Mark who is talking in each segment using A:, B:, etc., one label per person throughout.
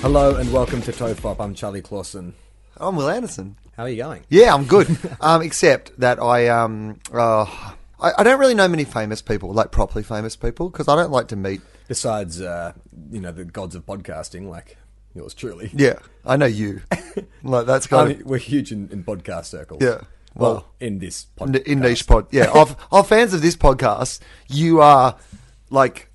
A: Hello and welcome to Tofop. I'm Charlie Clausen.
B: I'm Will Anderson.
A: How are you going?
B: Yeah, I'm good. um, except that I um uh, I, I don't really know many famous people, like properly famous people, because I don't like to meet.
A: Besides, uh, you know, the gods of podcasting, like yours truly.
B: Yeah, I know you. like that's
A: I
B: kind
A: mean, we're huge in, in podcast circles.
B: Yeah.
A: Well,
B: Well,
A: in this
B: of
A: podcast.
B: in niche pod. Yeah, of of fans of this podcast, you are like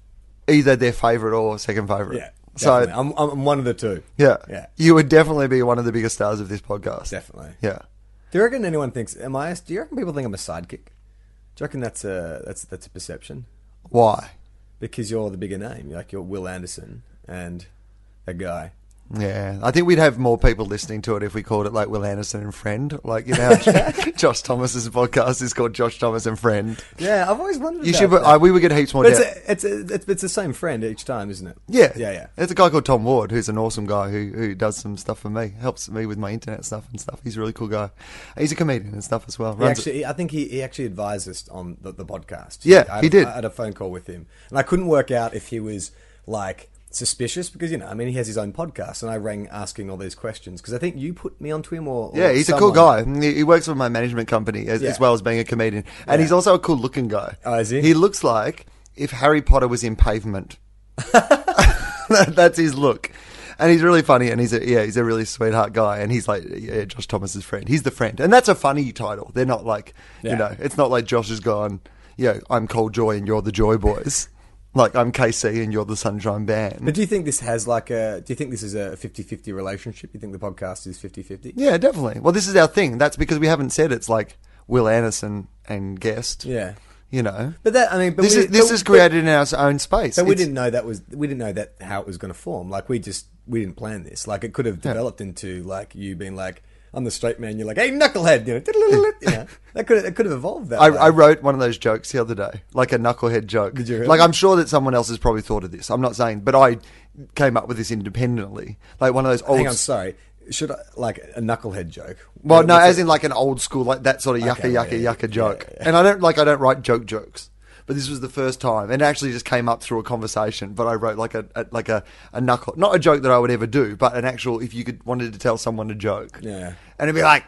B: either their favorite or second favorite.
A: Yeah.
B: So
A: definitely. I'm, I'm one of the two.
B: yeah,
A: Yeah.
B: you would definitely be one of the biggest stars of this podcast.
A: Definitely.
B: Yeah.
A: Do you reckon anyone thinks? Am I? Do you reckon people think I'm a sidekick? Do you reckon that's a that's that's a perception?
B: Why?
A: Because you're the bigger name, like you're Will Anderson and a guy.
B: Yeah, I think we'd have more people listening to it if we called it like Will Anderson and Friend. Like, you know, how Josh Thomas's podcast is called Josh Thomas and Friend.
A: Yeah, I've always wondered.
B: You
A: about
B: should,
A: that.
B: I, we would get heaps more.
A: But it's,
B: down-
A: a, it's, a, it's it's the same friend each time, isn't it?
B: yeah,
A: yeah, yeah.
B: There's a guy called Tom Ward who's an awesome guy who who does some stuff for me, helps me with my internet stuff and stuff. He's a really cool guy. He's a comedian and stuff as well.
A: He
B: Runs
A: actually, I think he, he actually advised us on the, the podcast.
B: Yeah,
A: I had
B: he
A: a-
B: did.
A: I had a phone call with him, and I couldn't work out if he was like suspicious because you know, I mean, he has his own podcast, and I rang asking all these questions because I think you put me onto him, or, or
B: yeah, he's a cool
A: someone.
B: guy. He, he works for my management company as,
A: Yeah.
B: as well as being a comedian, and he's also a cool looking guy.
A: Oh, is he?
B: He looks like if Harry Potter was in pavement. That- That's his look, and he's really funny, and he's a yeah, he's a really sweetheart guy, and he's like yeah, Josh Thomas's friend. He's the friend, and that's a funny title. They're not like
A: Yeah.
B: you know, it's not like Josh has gone. You know, I'm Cold Joy and you're the Joy Boys. like I'm KC and you're the Sunshine Band.
A: But do you think this has like a? Do you think this is a 50-50 relationship? You think the podcast is 50-50?
B: Yeah, definitely. Well, this is our thing. That's because we haven't said it's like Will Anderson and guest.
A: Yeah.
B: you know.
A: But that I mean, but
B: this
A: we,
B: is this
A: but-
B: is created in our own space.
A: But we
B: It's-
A: didn't know that was we didn't know that how it was going to form. Like we just we didn't plan this. Like it could have developed into like you being like I'm the straight man. You're like hey knucklehead. You know, diddle-diddle-diddle, you know? that could it could have evolved that.
B: I,
A: way.
B: I wrote one of those jokes the other day, like a knucklehead joke.
A: Did you really?
B: Like I'm sure that someone else has probably thought of this. I'm not saying, but I came up with this independently, like one of those old.
A: Hang on, sorry. Should I like a knucklehead joke?
B: well,
A: What-
B: no,
A: what's
B: as
A: it-
B: in like an old school, like that sort of yucka
A: Okay,
B: yucka
A: yeah, yeah,
B: yucka joke. And I don't like I don't write joke jokes, but this was the first time, and it actually just came up through a conversation. But I wrote like a, a like a, a knuckle, not a joke that I would ever do, but an actual if you could wanted to tell someone a joke.
A: Yeah.
B: and it'd be like,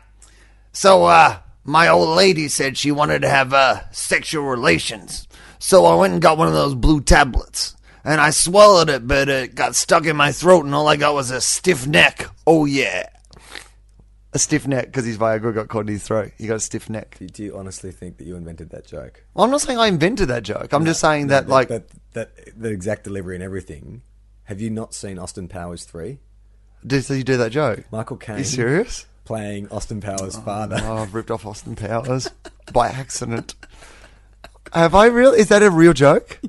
B: so uh, my old lady said she wanted to have uh, sexual relations, so I went and got one of those blue tablets, and I swallowed it, but it got stuck in my throat, and all I got was a stiff neck. Oh yeah. A stiff neck because his Viagra got caught in his throat. He got a stiff neck.
A: do you honestly think that you invented that joke?
B: Well, I'm not saying I invented that joke. I'm just saying that, like,
A: that, that the exact delivery and everything. Have you not seen Austin Powers three?
B: did so you do that joke?
A: Michael Caine
B: you serious?
A: playing Austin Powers' father.
B: Oh, I've ripped off Austin Powers by accident. Have I real? Is that a real joke?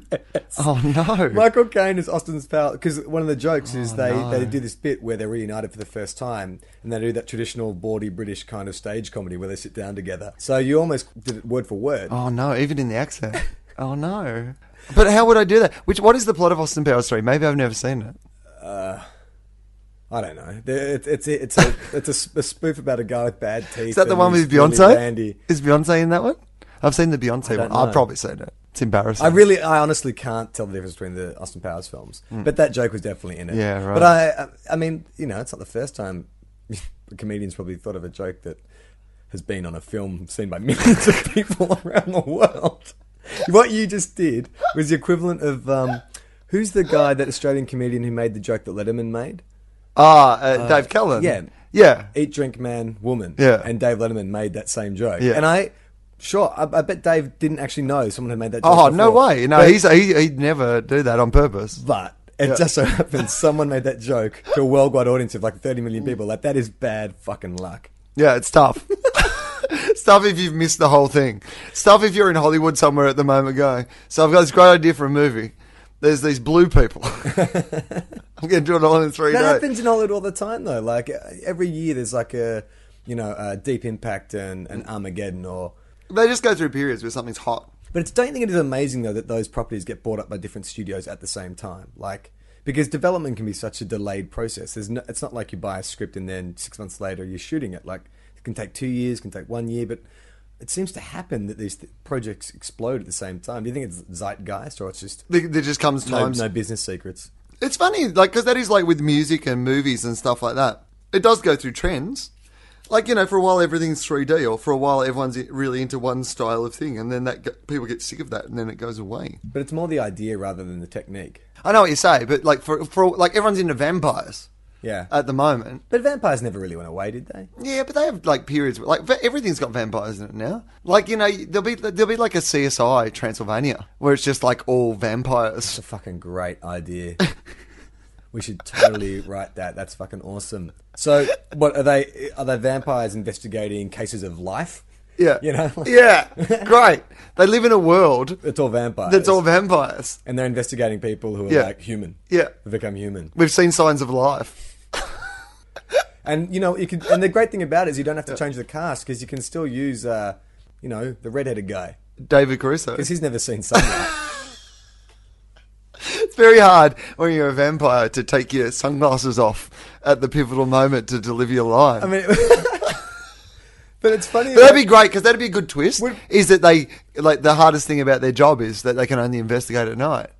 B: Oh no!
A: Michael Caine is Austin's pal because one of the jokes
B: Oh,
A: is they, they do this bit where they're reunited for the first time and they do that traditional bawdy British kind of stage comedy where they sit down together. So you almost did it word for word.
B: Oh no! Even in the accent. Oh no! But how would I do that? Which what is the plot of Austin Powers three? Maybe I've never seen it.
A: I don't know. There- It's it's it's a it's a, s- a spoof about a guy with bad teeth.
B: Is that the
A: and
B: one
A: he's
B: with
A: really
B: Beyonce?
A: randy.
B: Is Beyonce in that one? I've seen the Beyonce
A: don't
B: one. I've
A: know.
B: probably seen it. It's embarrassing.
A: I really, I honestly can't tell the difference between the Austin Powers films, but that joke was definitely in it.
B: Hmm. Yeah, right.
A: But I, I- I mean, you know, it's not the first time the comedians probably thought of a joke that has been on a film seen by millions of people around the world. What you just did was the equivalent of um, who's the guy, that Australian comedian who made the joke that Letterman made?
B: Ah, uh, Dave Kellen.
A: yeah.
B: Yeah.
A: Eat, drink, man, woman.
B: Yeah.
A: And Dave Letterman made that same joke.
B: Yeah.
A: And I. Sure, I, I bet Dave didn't actually know someone had made that joke.
B: Oh no
A: before.
B: way! No,
A: But-
B: he's he, he'd never do that on purpose.
A: But it just so happens someone made that joke to a worldwide audience of like 30 million people. Like, that is bad fucking luck.
B: Yeah, it's tough. Stuff if you've missed the whole thing. Stuff if you're in Hollywood somewhere at the moment going, so I've got this great idea for a movie. There's these blue people. I'm going to do it all in three
A: That
B: days.
A: happens in Hollywood all the time, though. Like, uh, every year there's like a, you know, a Deep Impact and, and Armageddon or.
B: They just go through periods where something's hot.
A: But it's, don't you think it is amazing, though, that those properties get bought up by different studios at the same time? Like, because development can be such a delayed process. There's no, it's not like you buy a script and then six months later you're shooting it. Like, it can take two years, can take one year, but it seems to happen that these th- projects explode at the same time. Do you think it's zeitgeist or it's just
B: There there just comes
A: no,
B: times.
A: no business secrets?
B: It's funny, like, because that is like with music and movies and stuff like that. It does go through trends. Like, you know, for a while everything's 3D, or for a while everyone's i- really into one style of thing, and then that go- people get sick of that, and then it goes away.
A: But it's more the idea rather than the technique.
B: I know what you say, but like for for like everyone's into vampires
A: Yeah.
B: at the moment.
A: but vampires never really went away, did they?
B: Yeah, but they have like periods. Like va- everything's got vampires in it now. Like you know, there'll be there'll be like a CSI Transylvania where it's just like all vampires.
A: It's a fucking great idea. we should totally write that. That's fucking awesome. So, what are they? Are they vampires investigating cases of life?
B: Yeah,
A: You know?
B: yeah, great. They live in a world
A: It's all vampires.
B: that's all vampires.
A: and they're investigating people who are
B: Yeah.
A: like human.
B: Yeah.
A: Who become human.
B: We've seen signs of life.
A: And you know, you could. And the great thing about it is you don't have to change the cast because you can still use, uh, you know, the redheaded guy
B: David Caruso.
A: because he's never seen sunlight.
B: It's very hard when you're a vampire to take your sunglasses off at the pivotal moment to deliver your line.
A: I mean, but it's funny. that-
B: But that'd be great because that'd be a good twist.
A: Would-
B: is that they like the hardest thing about their job is that they can only investigate at night,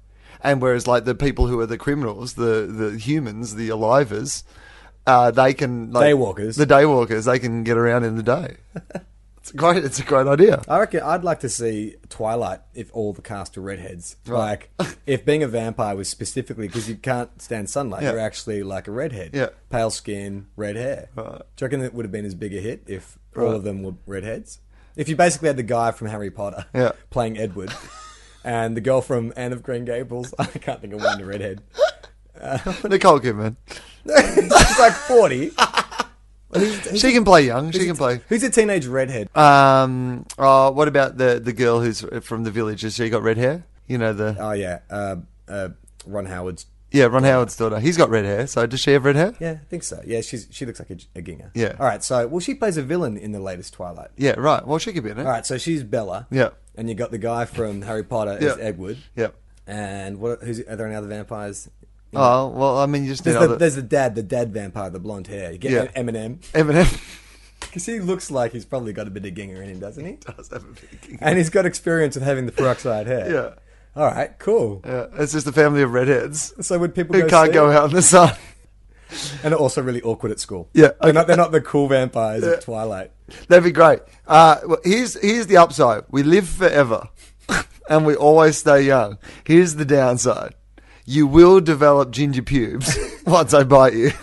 B: and whereas like the people who are the criminals, the the humans, the alivers, uh, they can like,
A: Daywalkers.
B: the daywalkers, they can get around in the day. it's great. It's a great idea.
A: I reckon I'd like to see Twilight if all the cast were redheads. Like, if being a vampire was specifically because you can't stand sunlight,
B: Yeah.
A: you're actually like a redhead.
B: Yeah.
A: Pale skin, red hair. Do you reckon that would have been as big a hit if all of them were redheads? If you basically had the guy from Harry Potter
B: Yeah.
A: playing Edward and the girl from Anne of Green Gables, I can't think of one, the redhead.
B: Nicole Kidman,
A: She's like 40.
B: she can play young. She can play.
A: Who's a teenage redhead?
B: Um, oh, what about the the girl who's from the village? Has she got red hair? You know the
A: Oh, yeah. Uh, uh, Ron Howard's.
B: yeah Ron Howard's daughter. He's got red hair. So does she have red hair?
A: Yeah, I think so. Yeah, she's she looks like a, a ginger.
B: Yeah.
A: All right. So, well, she plays a villain in the latest Twilight.
B: Yeah, right. Well, she could be in it.
A: All right. So she's Bella.
B: Yeah.
A: And you got the guy from Harry Potter as
B: Yeah.
A: Edward.
B: Yep.
A: And what? Who's? Are there any other vampires?
B: Oh well, I mean, you just need
A: There's, the,
B: other
A: there's the dad, the dad vampire, the blonde hair. You get
B: Yeah.
A: Eminem
B: Eminem
A: because he looks like he's probably got a bit of ginger in him, doesn't he?
B: does have a big gig.
A: And he's got experience with having the peroxide hair.
B: Yeah.
A: All right. Cool.
B: Yeah, it's just a family of redheads
A: So would people
B: who
A: go
B: can't
A: see
B: go
A: it?
B: out in the sun.
A: And are also really awkward at school.
B: Yeah,
A: They're,
B: okay.
A: not, they're not the cool vampires of Twilight.
B: That'd be great. Uh, well, here's here's the upside: we live forever, and we always stay young. Here's the downside: you will develop ginger pubes once I bite you.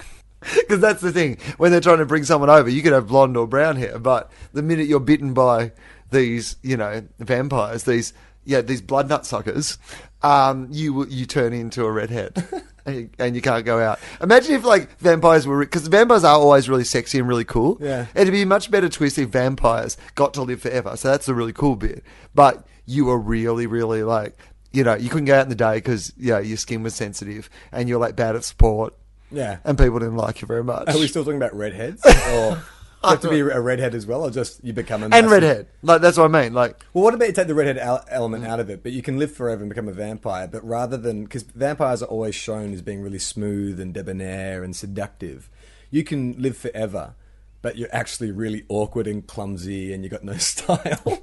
B: Because that's the thing. When they're trying to bring someone over, you could have blonde or brown hair, but the minute you're bitten by these, you know, vampires, these yeah, these blood nut suckers, um, you will- you turn into a redhead. And you, and you can't go out. Imagine if like vampires were because vampires are always really sexy and really cool.
A: Yeah.
B: It'd be a much better twist if vampires got to live forever. So that's the really cool bit. But you were really, really like, you know, you couldn't go out in the day because, you know, your skin was sensitive and you're like bad at sport
A: Yeah.
B: and people didn't like you very much.
A: Are we still talking about redheads? Or do you have to be a redhead as well, or just you become a
B: and
A: massive-
B: redhead. Like, that's what I mean. Like,
A: Well, what about you take the redhead al- element out of it? But you can live forever and become a vampire. But rather than because vampires are always shown as being really smooth and debonair and seductive, you can live forever, but you're actually really awkward and clumsy, and you got no style.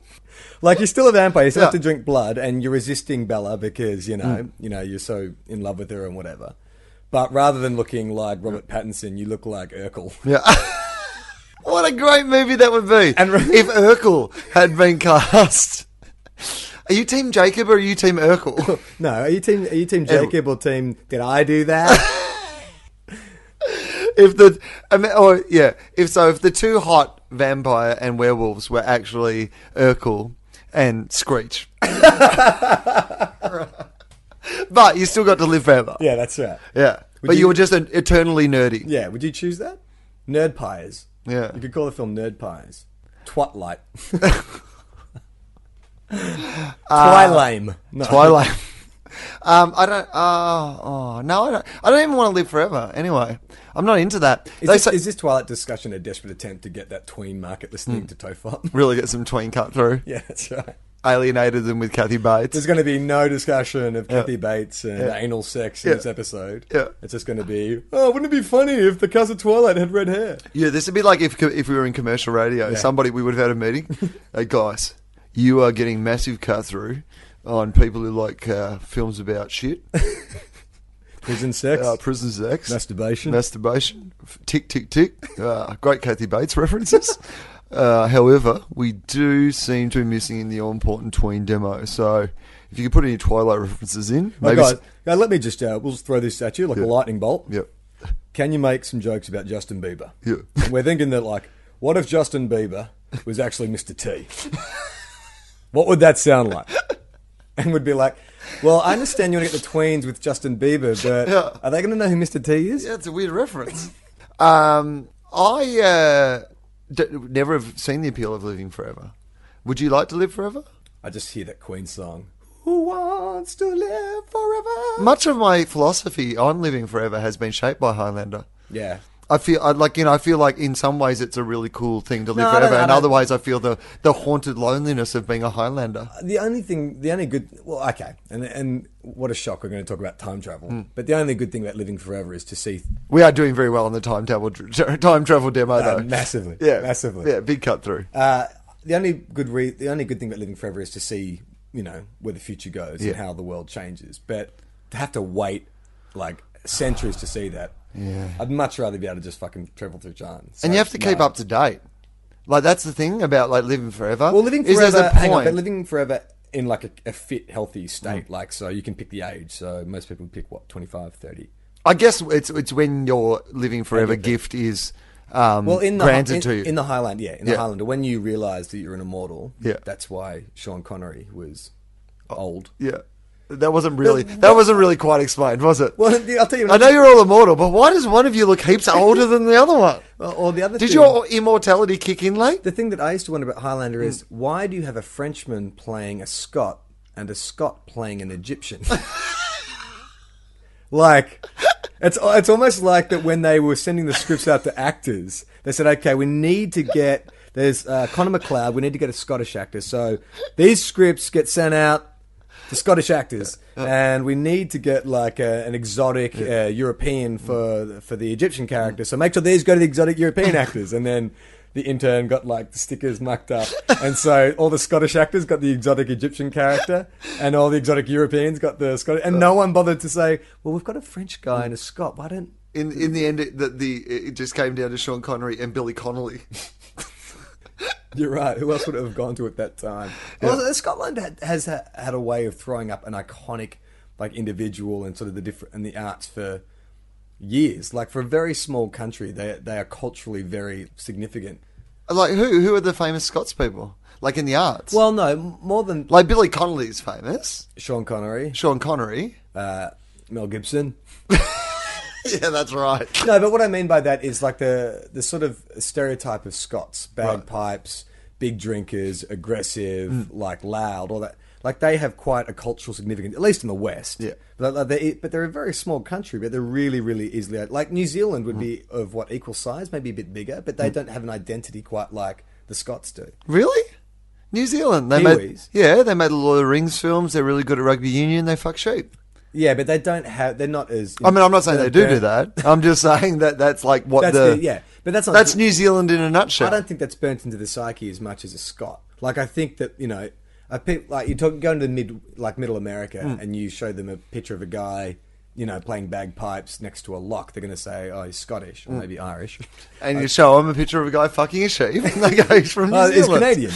A: like you're still a vampire, you still have
B: Yeah. Mm.
A: to drink blood, and you're resisting Bella because you know you know you're so in love with her and whatever. But rather than looking like
B: Mm.
A: Robert Pattinson, you look like Urkel.
B: yeah. what a great movie that would be.
A: And re-
B: if Urkel had been cast. Are you Team Jacob or are you Team Urkel?
A: No, are you team? Are you team Jacob or team? Did I do that?
B: if the I mean, or yeah, if so, if the two hot vampire and werewolves were actually Urkel and Screech, but you still got to live forever.
A: yeah, that's right.
B: Yeah. but you,
A: you-
B: were just an, eternally nerdy.
A: Yeah, would you choose that? Nerd Pies.
B: Yeah. Uh,
A: you could call the film Nerd Pies. Twatlight. Twilame. No.
B: Twilight. Um, I don't. Uh, oh no, I don't. I don't even want to live forever. Anyway, I'm not into that.
A: Is
B: They
A: this,
B: say-
A: is this Twilight discussion a desperate attempt to get that tween market
B: Hmm.
A: listening to Tofop?
B: really get some tween cut through.
A: yeah, that's right.
B: Alienated them with Kathy Bates.
A: There's going to be no discussion of Kathy Bates and
B: Yeah.
A: anal sex in
B: Yeah.
A: this episode.
B: Yeah.
A: It's just going to be, oh, wouldn't it be funny if the cast of Twilight had red hair?
B: Yeah, this would be like if if we were in commercial radio,
A: Yeah.
B: somebody we would have had a meeting. hey guys, you are getting massive cut through on people who like uh, films about shit.
A: Prison sex.
B: Uh, prison sex.
A: Masturbation.
B: Masturbation. F- Tick, tick, tick. Uh, great Kathy Bates references. Uh, however, we do seem to be missing in the all important tween demo. So if you could put any Twilight references in,
A: Oh,
B: maybe.
A: guys,
B: s-
A: guys, let me just uh, we'll just throw this at you like a lightning bolt.
B: Yep.
A: Can you make some jokes about Justin Bieber?
B: Yeah.
A: And we're thinking that like, what if Justin Bieber was actually Mr. T? what would that sound like? And would be like, well, I understand you want to get the tweens with Justin Bieber, but
B: Yeah.
A: are they going to know who Mr. T is?
B: Yeah, it's a weird reference. um, I uh, d- never have seen the appeal of living forever. Would you like to live forever?
A: I just hear that Queen song. Who wants to live forever?
B: Much of my philosophy on living forever has been shaped by Highlander.
A: Yeah.
B: I feel I like you know I feel like in some ways it's a really cool thing to live
A: No, I don't-
B: forever,
A: I
B: and
A: don't-
B: other ways I feel the the haunted loneliness of being a Highlander.
A: the only thing, the only good, well, okay, and and what a shock we're going to talk about time travel.
B: Hmm.
A: But the only good thing about living forever is to see
B: We are doing very well on the time travel time travel demo
A: uh,
B: though.
A: massively,
B: yeah,
A: massively.
B: Yeah, big cut through.
A: Uh, the only good re- the only good thing about living forever is to see you know where the future goes
B: Yeah.
A: and how the world changes. But to have to wait like centuries to see that,
B: Yeah.
A: I'd much rather be able to just fucking travel through time. So,
B: and you have to keep
A: no.
B: up to date. Like that's the thing about like living forever.
A: Well, living
B: is
A: forever,
B: there's a
A: hang on,
B: point. Mm.
A: but living forever in like a, a fit, healthy state, like so you can pick the age. So most people pick what 25, 30.
B: I guess it's it's when your living forever gift is um,
A: Well, in the
B: granted
A: in,
B: to you.
A: in the Highland, yeah, in the
B: Yeah.
A: Highlander, when you realise that you're an immortal,
B: Yeah.
A: that's why Sean Connery was old.
B: yeah, that wasn't really that wasn't really quite explained, was it?
A: Well, I'll tell you.
B: I know you're all immortal, but why does one of you look heaps older than the other one?
A: Uh, Or the other
B: Did
A: thing,
B: your immortality kick in late?
A: the thing that I used to wonder about Highlander is why do you have a Frenchman playing a Scot and a Scot playing an Egyptian? like, it's it's almost like that when they were sending the scripts out to actors, they said, "Okay, we need to get there's uh, Connor McLeod. We need to get a Scottish actor. So these scripts get sent out." to Scottish actors, and we need to get like a, an exotic uh, European for for the Egyptian character. So make sure these go to the exotic European actors, and then the intern got like the stickers mucked up, and so all the Scottish actors got the exotic Egyptian character, and all the exotic Europeans got the Scottish, and no one bothered to say, well, we've got a French guy and a Scot. Why don't?
B: In in the end, it, the, the it just came down to Sean Connery and Billy Connolly.
A: You're right. Who else would have gone to at that time? Also, Scotland had, has ha- had a way of throwing up an iconic, like individual and sort of the different and the arts for years. Like for a very small country, they they are culturally very significant.
B: like who who are the famous Scots people? Like in the arts,
A: Well, no, m- more than
B: like Billy Connolly is famous.
A: Sean Connery,
B: Sean Connery.
A: uh, Mel Gibson.
B: yeah, that's right.
A: No, but what I mean by that is like the the sort of stereotype of Scots, bagpipes, big drinkers, aggressive,
B: Mm.
A: like loud, all that. Like they have quite a cultural significance, at least in the West.
B: Yeah.
A: But, like they, but they're a very small country, but they're really, really easily like New Zealand
B: Mm.
A: would be of what equal size, maybe a bit bigger, but they don't have an identity quite like the Scots do.
B: Really? New Zealand. They
A: Kiwis.
B: made yeah, they made a lot of rings films. They're really good at rugby union. They fuck sheep.
A: Yeah, but they don't have. They're not as.
B: I mean, I'm not saying they
A: they're-
B: do do
A: they're-
B: that. I'm just saying that that's like what
A: That's
B: the,
A: the, yeah, but that's not
B: That's New Zealand in a nutshell.
A: I don't think that's burnt into the psyche as much as a Scot. Like I think that you know, I pe- like you talk going to the mid like middle America
B: Hmm.
A: and you show them a picture of a guy, you know, playing bagpipes next to a lock. They're going to say, oh, he's Scottish
B: Hmm.
A: or maybe Irish.
B: and you show them a picture of a guy fucking a sheep, and they go, "He's from New
A: Oh, he's
B: Zealand."
A: Canadian.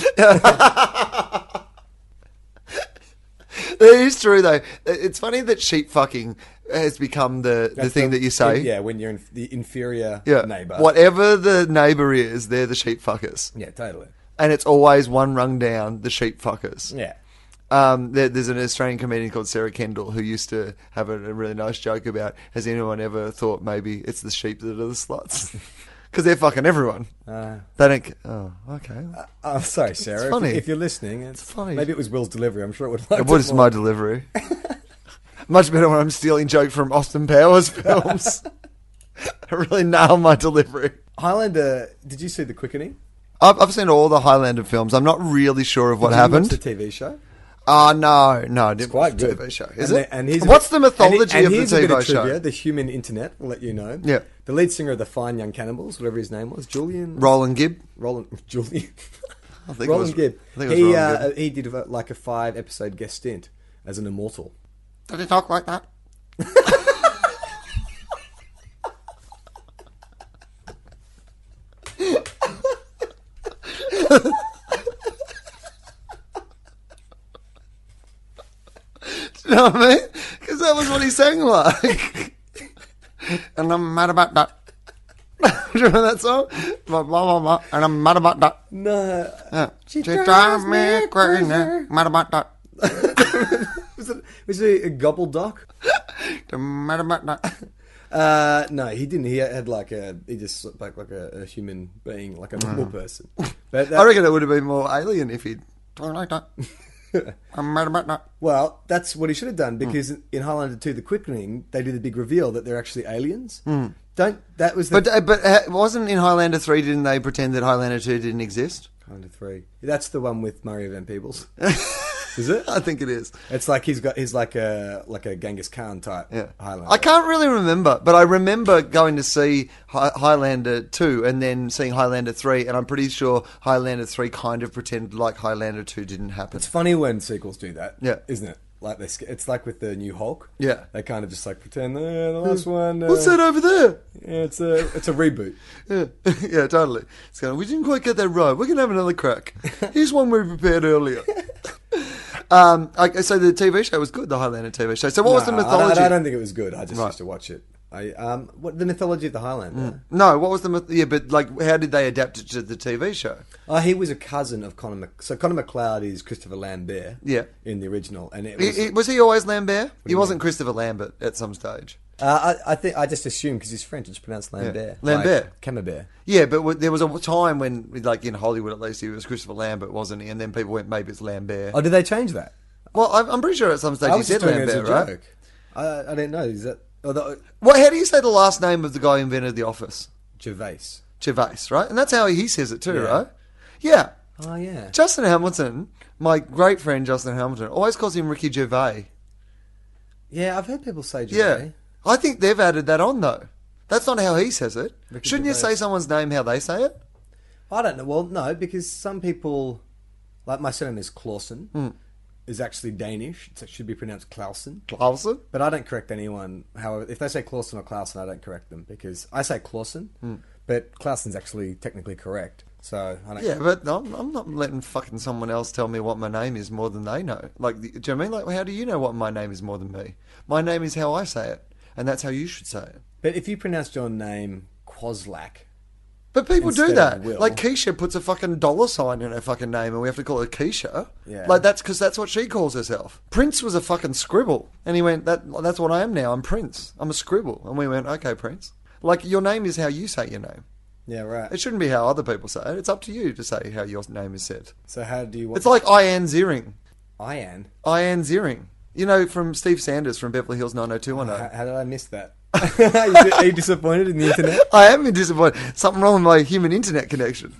B: It is true though. It's funny that sheep fucking has become the, the
A: That's
B: thing that you say.
A: yeah, when you're in the inferior
B: Yeah.
A: neighbor.
B: Whatever the neighbor is, they're the sheep fuckers,
A: Yeah, totally.
B: and it's always one rung down the sheep fuckers.
A: Yeah.
B: Um, there, there's an Australian comedian called Sarah Kendall who used to have a, a really nice joke about has anyone ever thought maybe it's the sheep that are the sluts? Because they're fucking everyone.
A: Uh,
B: They don't. c- Oh, okay.
A: oh, sorry, Sarah. If-
B: funny.
A: If, you're listening, it's,
B: funny.
A: Maybe it was Will's delivery. I'm sure it would. Like
B: What is my delivery? Much better when I'm stealing joke from Austin Powers films. I really nail my delivery.
A: Highlander? Did you see the quickening?
B: I've, I've seen all the Highlander films. I'm not really sure of what
A: Did you watch
B: happened.
A: The TV show.
B: Ah, no, no, it's
A: quite good.
B: TV show. Is
A: and
B: it?
A: the- and here's a
B: What's
A: bit-
B: the mythology
A: and he- and
B: of
A: here's
B: the
A: a bit
B: TV
A: trivia,
B: show?
A: The human internet will let you know.
B: Yeah.
A: The lead singer of the Fine Young Cannibals, whatever his name was, Julian
B: Roland Gibb.
A: Roland Julian
B: I think it
A: Roland
B: was-
A: Gibb.
B: I think it was
A: he
B: Roland
A: uh, he did uh, like a five episode guest stint as an immortal.
B: Did he talk like that? Do you know what I mean? Because that was what he sang like. and I'm mad about that. Do you remember that song? Blah, blah, blah, blah. And I'm mad about that.
A: No.
B: Yeah.
A: She drives me crazy.
B: Mad about that.
A: Was it was it a gobbledock?
B: I'm mad about that.
A: Uh, no, he didn't. He had like a he just spoke like a, a human being, like a normal person. But that,
B: Mm. I reckon it would have been more alien if he'd talked like that. I'm mad about that.
A: Well, that's what he should have
B: Hmm.
A: done because in Highlander 2, The Quickening, they do the big reveal that they're actually aliens. Don't that was the
B: Hmm. But uh, but uh, wasn't in Highlander three? Didn't they pretend that Highlander two didn't exist?
A: Highlander three. That's the one with Mario Van Peebles, is it?
B: I think it is.
A: It's like he's got he's like a like a Genghis Khan type Highlander.
B: I can't really remember, but I remember going to see Hi- Highlander 2 and then seeing Highlander 3, and I'm pretty sure Highlander 3 kind of pretended like Highlander 2 didn't happen.
A: It's funny when sequels do that,
B: Yeah.
A: isn't it? Like they, sc- it's like with the new Hulk.
B: Yeah. Hmm.
A: they kind of just like pretend "Eh, the last one. Uh,
B: What's that over there?
A: yeah, it's a it's a reboot.
B: Yeah, yeah totally. It's going, we didn't quite get that right. We're going to have another crack. Here's one we prepared earlier. um, okay, so the TV show was good, the Highlander TV show. So what was the
A: Nah, I don't-
B: mythology?
A: I, don't think it was good. I just
B: Right. Hmm.
A: used to watch it. I um, what the mythology of the Highlander?
B: no, what was the myth- yeah? But like, how did they adapt it to the TV show?
A: Oh, he was a cousin of Conor. Mac- so Conor McLeod is Christopher Lambert.
B: Yeah.
A: in the original, and it
B: He-
A: was.
B: he- was he always Lambert? He wasn't Christopher Lambert at some stage.
A: uh, I, I think I just assumed because he's French, it's pronounced Lambert.
B: Lambert.
A: like Camembert.
B: Yeah, but w- there was a time when, like in Hollywood at least, he was Christopher Lambert, wasn't he? And then people went, maybe it's Lambert.
A: Oh, did they change that?
B: well, I'm, I'm pretty sure at some stage
A: I
B: he
A: was just
B: said
A: doing it
B: Lambert,
A: as a
B: right?
A: joke. I, I don't know. Is that oh, although
B: Well, how do you say the last name of the guy who invented the office?
A: Gervais?
B: Gervais, right? And that's how he says it too,
A: Yeah.
B: right? Yeah.
A: Oh yeah.
B: Justin Hamilton, my great friend Justin Hamilton, always calls him Ricky Gervais.
A: Yeah, I've heard people say
B: Yeah.
A: Gervais.
B: I think they've added that on though. That's not how he says it.
A: Ricky
B: Shouldn't you
A: Gervais.
B: say someone's name how they say it?
A: I don't know. Well, no, because some people, like my surname is Clausen,
B: Hmm.
A: is actually Danish. So it should be pronounced Clausen.
B: Clausen?
A: But I don't correct anyone. However, if they say Clausen or Clausen, I don't correct them because I say Clausen,
B: Hmm.
A: but Clausen's actually technically correct. So I don't.
B: Yeah, but I'm, I'm not letting fucking someone else tell me what my name is more than they know. Like, do you know what I mean? Like, how do you know what my name is more than me? My name is how I say it, and that's how you should say it.
A: But if you pronounce your name Quaslack,
B: But people do
A: Instead of
B: that.
A: will.
B: Like, Keisha puts a fucking dollar sign in her fucking name, and we have to call her Keisha.
A: Yeah.
B: Like, that's because that's what she calls herself. Prince was a fucking scribble, and he went, that, That's what I am now. I'm Prince. I'm a scribble. And we went, Okay, Prince. Like, your name is how you say your name.
A: yeah,
B: It
A: right.
B: shouldn't be how other people say it. It's up to you to say how your name is said.
A: So how do you want?
B: It's like Ian Ziering.
A: Ian.
B: Ian Ziering. You know, from Steve Sanders from Beverly Hills
A: How,
B: 90210.
A: how did I miss that? Is it- Are you disappointed in the internet?
B: I am disappointed. Something wrong with my human internet connection.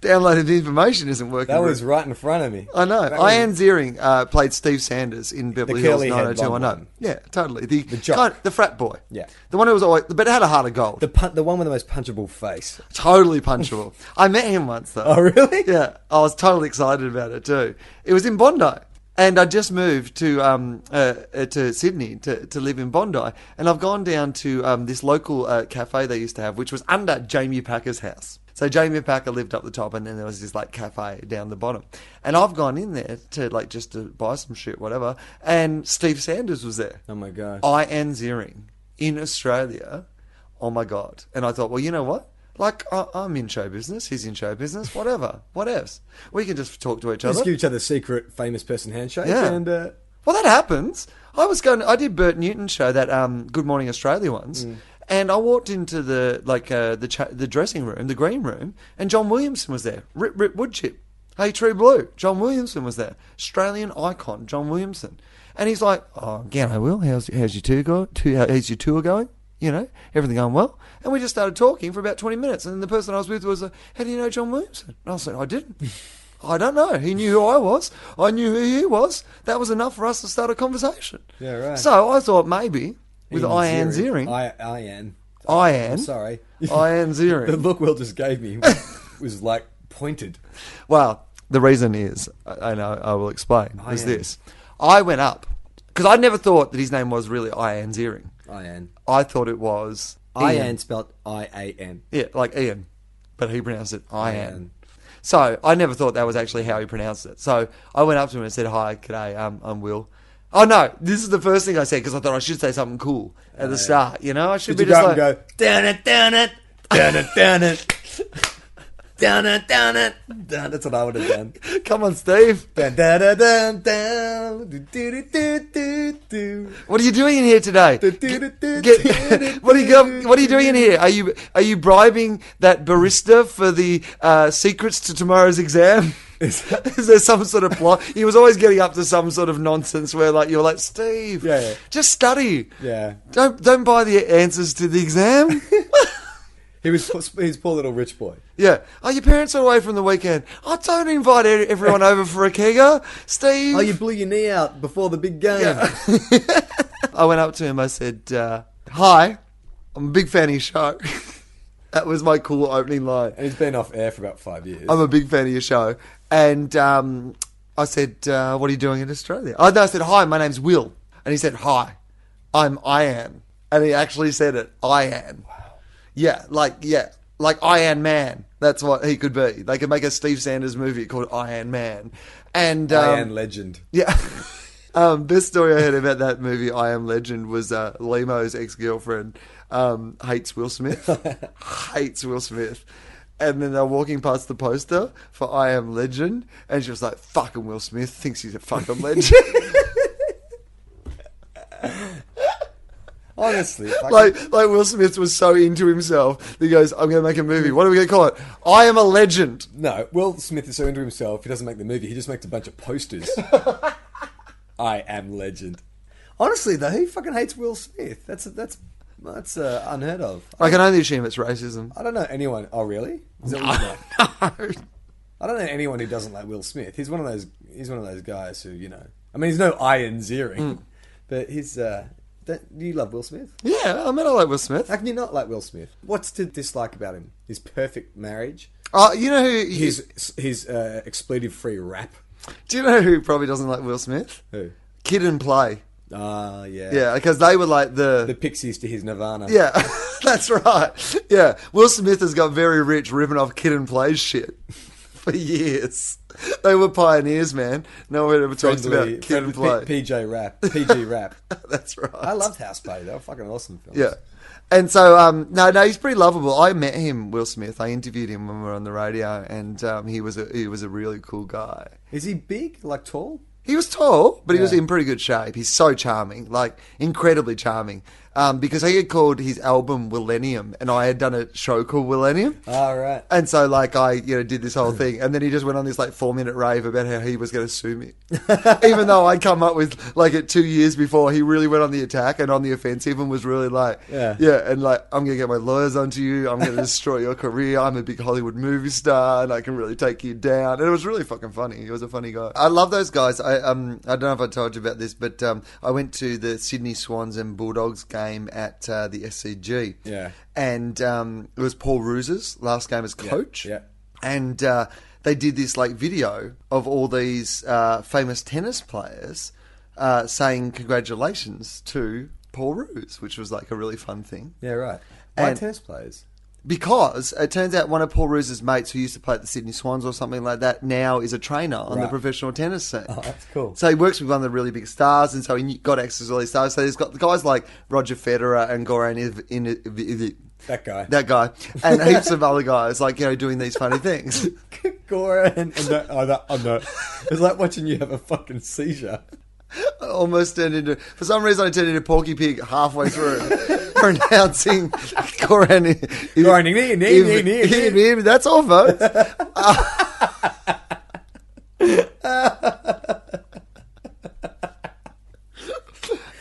B: Downloaded information isn't working.
A: That
B: very-
A: was right in front of me.
B: I know.
A: That was-
B: Ian Ziering uh, played Steve Sanders in Beverly Hills
A: curly head blonde
B: 90210.
A: one.
B: Yeah, totally. The
A: jock.
B: the frat boy.
A: Yeah.
B: The one who was always, but had a heart of gold.
A: the pun- the one with the most punchable face.
B: totally punchable. I met him once though.
A: Oh, really?
B: Yeah, I was totally excited about it too. It was in Bondi, and I just moved to um uh, uh, to Sydney to, to live in Bondi, and I've gone down to um this local uh, cafe they used to have, which was under Jamie Packer's house. So Jamie Packer lived up the top, and then there was this like cafe down the bottom. And I've gone in there to like just to buy some shit, whatever. And Steve Sanders was there.
A: Oh my gosh.
B: I am Ziering in Australia. Oh my God. And I thought, well, you know what? Like, I, I'm in show business. He's in show business. Whatever. What else? We can just talk to each
A: Just
B: other.
A: give each other secret famous person handshake.
B: Yeah.
A: And uh,
B: Well, that happens. I was going. I did Bert Newton's show that um, Good Morning Australia once, and I walked into the like uh, the cha- the dressing room, the green room, and John Williamson was there. Rip Rip Woodchip, Hey True Blue, John Williamson was there. Australian icon John Williamson, and he's like, "Oh, I Will, how's how's your tour go? Two, how's your tour going? You know, everything going well?" And we just started talking for about twenty minutes, and the person I was with was, uh, "How do you know John Williamson?" And I said, "I didn't." I don't know. He knew who I was. I knew who he was. That was enough for us to start a conversation.
A: Yeah, right.
B: So I thought maybe with Ian Ziering,
A: I- Ian.
B: Ian,
A: Sorry.
B: Ian
A: The
B: Ziering.
A: look Will just gave me was like pointed.
B: Well, the reason is, and I, I will explain, is
A: Ian.
B: this: I went up because I never thought that his name was really Ian Ziering.
A: Ian.
B: I thought it was
A: Ian spelled I A N.
B: Yeah, like Ian, but he pronounced it Ian.
A: Ian.
B: So I never thought that was actually how he pronounced it. So I went up to him and said, "Hi, g'day, um, I'm Will." Oh no, this is the first thing I said because I thought I should say something cool at the start. You know, I should
A: Did you
B: be
A: go up
B: just
A: and
B: like,
A: go down it, down it, down it, down it, down it, down it, down? That's what I would have done.
B: "Come on, Steve,
A: Dun, dun, dun, dun, dun, do, do, do, do, do.
B: what are you doing in here today? Get- what are you go- What are you doing in here? Are you are you bribing that barista for the uh, secrets to tomorrow's exam?"
A: Is that-
B: Is there some sort of plot? He was always getting up to some sort of nonsense where, like, you're like, Steve,
A: Yeah, yeah.
B: just study.
A: Yeah.
B: Don't don't buy the answers to the exam.
A: He was he's poor little rich boy.
B: yeah. Oh, your parents are away from the weekend. I don't invite e- everyone over for a kegger, Steve.
A: Oh, you blew your knee out before the big game.
B: I went up to him. I said, uh, "Hi, I'm a big fan of your show." that was my cool opening line.
A: And he's been off air for about five years.
B: I'm a big fan of your show. And um, I said, uh, "What are you doing in Australia?" Oh, no, I said, "Hi, my name's Will," and he said, "Hi, I'm Ian," and he actually said it, Ian. Wow. Yeah, like yeah, like Ian Man. That's what he could be. They could make a Steve Sanders movie called Ian Man, and um,
A: I am legend.
B: yeah. Um, best story I heard about that movie, I Am Legend, was uh, Limo's ex girlfriend um, hates Will Smith. hates Will Smith. And then they're walking past the poster for I Am Legend, and she was like, fucking Will Smith thinks he's a fucking legend.
A: Honestly, fucking-
B: like, like Will Smith was so into himself that he goes, I'm going to make a movie. What are we going to call it? I Am a Legend.
A: no. Will Smith is so into himself, he doesn't make the movie. He just makes a bunch of posters. I am legend. Honestly, though, who fucking hates Will Smith? That's that's that's uh, unheard of.
B: I can only assume it's racism.
A: I don't know anyone. Oh, really? Is that what you know? I don't know anyone who doesn't like Will Smith. He's one of those. He's one of those guys who you know. I mean, he's no iron zeering, but he's. Uh, don't, do you love Will Smith?
B: Yeah, I mean, I like Will Smith.
A: How can you not like Will Smith? What's to dislike about him? His perfect marriage,
B: Uh, you know who?
A: his his uh, expletive free rap.
B: do you know who probably doesn't like Will Smith?
A: Who?
B: Kid and Play.
A: Ah, yeah.
B: Yeah, because they were like
A: The
B: the.
A: Pixies to his Nirvana.
B: Yeah, that's right. Yeah, Will Smith has got very rich ripping off Kid and Play shit for years. They were pioneers, man. No one ever talks about
A: Friendly,
B: Kid
A: friendly
B: and Play.
A: P- PJ rap. PG rap.
B: that's right.
A: I loved House Party. They were fucking awesome films.
B: Yeah. And so, um, no, no, he's pretty lovable. I met him, Will Smith. I interviewed him when we were on the radio, and um, he was a he was a really cool guy.
A: Is he big? Like tall?
B: He was tall, but he was
A: Yeah.
B: in pretty good shape. He's so charming, like incredibly charming. Um, because he had called his album Millennium, and I had done a show called Millennium.
A: All Ah, right.
B: And so, like, I you know did this whole thing, and then he just went on this like four minute rave about how he was going to sue me, even though I'd come up with like it two years before. He really went on the attack and on the offensive, and was really like,
A: Yeah.
B: and like I'm going to get my lawyers onto you. I'm going to destroy your career. I'm a big Hollywood movie star, and I can really take you down. And it was really fucking funny. He was a funny guy. I love those guys. I um I don't know if I told you about this, but um I went to the Sydney Swans and Bulldogs game at uh, the SCG
A: Yeah.
B: and um, it was Paul Roos's last game as coach.
A: yeah.
B: And uh, they did this like video of all these uh, famous tennis players uh, saying congratulations to Paul Roos, which was like a really fun thing.
A: Yeah, right. Why
B: And-
A: tennis players?
B: Because it turns out one of Paul Roos's mates who used to play at the Sydney Swans or something like that now is a trainer on the
A: Right.
B: professional tennis scene.
A: Oh, that's cool.
B: So he works with one of the really big stars, and so he got access to all these stars. So he's got the guys like Roger Federer and Goran Iv- in- Iv- Iv-
A: That guy.
B: that guy, and heaps of other guys, like you know, doing these funny things.
A: Goran and that, oh, that, oh, no. It's like watching you have a fucking seizure.
B: I almost turned into, for some reason, I turned into Porky Pig halfway through, pronouncing Koran.
A: Goran, nee, nee, nee, nee, nee.
B: That's all, folks.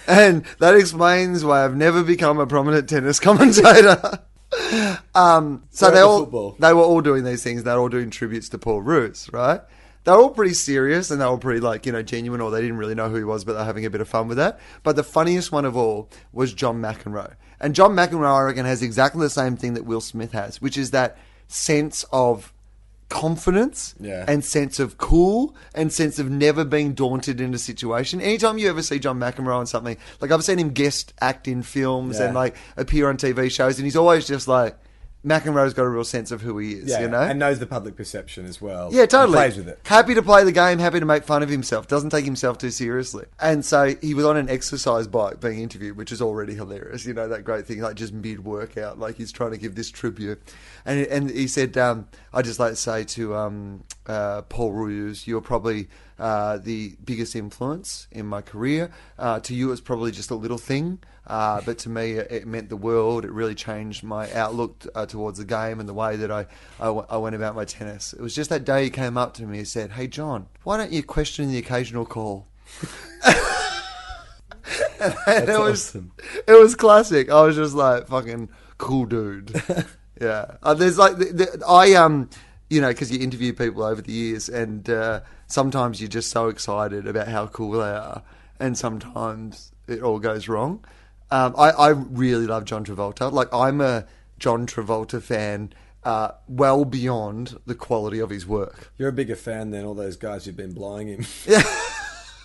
B: And that explains why I've never become a prominent tennis commentator. um, so
A: Throughout
B: they
A: the
B: all
A: football.
B: they were all doing these things. They're all doing tributes to Paul Roos, right? They're all pretty serious and they were pretty like you know genuine, or they didn't really know who he was, but they're having a bit of fun with that. But the funniest one of all was John McEnroe, and John McEnroe I reckon has exactly the same thing that Will Smith has, which is that sense of confidence
A: Yeah.
B: and sense of cool and sense of never being daunted in a situation. Anytime you ever see John McEnroe on something, like I've seen him guest act in films
A: Yeah.
B: and like appear on TV shows, and he's always just like, McEnroe's got a real sense of who he is, you know?
A: and knows the public perception as well.
B: yeah,
A: And
B: totally.
A: plays with it.
B: Happy to play the game, happy to make fun of himself, doesn't take himself too seriously. And so he was on an exercise bike being interviewed, which is already hilarious. You know, that great thing, like just mid workout, like he's trying to give this tribute. And, and he said, um, I just like to say to um, uh, Paul Ruse, you're probably uh, the biggest influence in my career. Uh, to you, it's probably just a little thing, uh, but to me, it, it meant the world. It really changed my outlook uh, towards the game and the way that I, I, w- I went about my tennis. It was just that day he came up to me and said, Hey, John, why don't you question the occasional call? and it was
A: awesome.
B: it was classic. I was just like fucking cool dude. yeah, uh, there's like the, the, I um, you know, because you interview people over the years, and uh, sometimes you're just so excited about how cool they are, and sometimes it all goes wrong. Um, I I really love John Travolta. Like I'm a John Travolta fan. Uh, well beyond the quality of his work,
A: You're a bigger fan than all those guys who've been blowing him.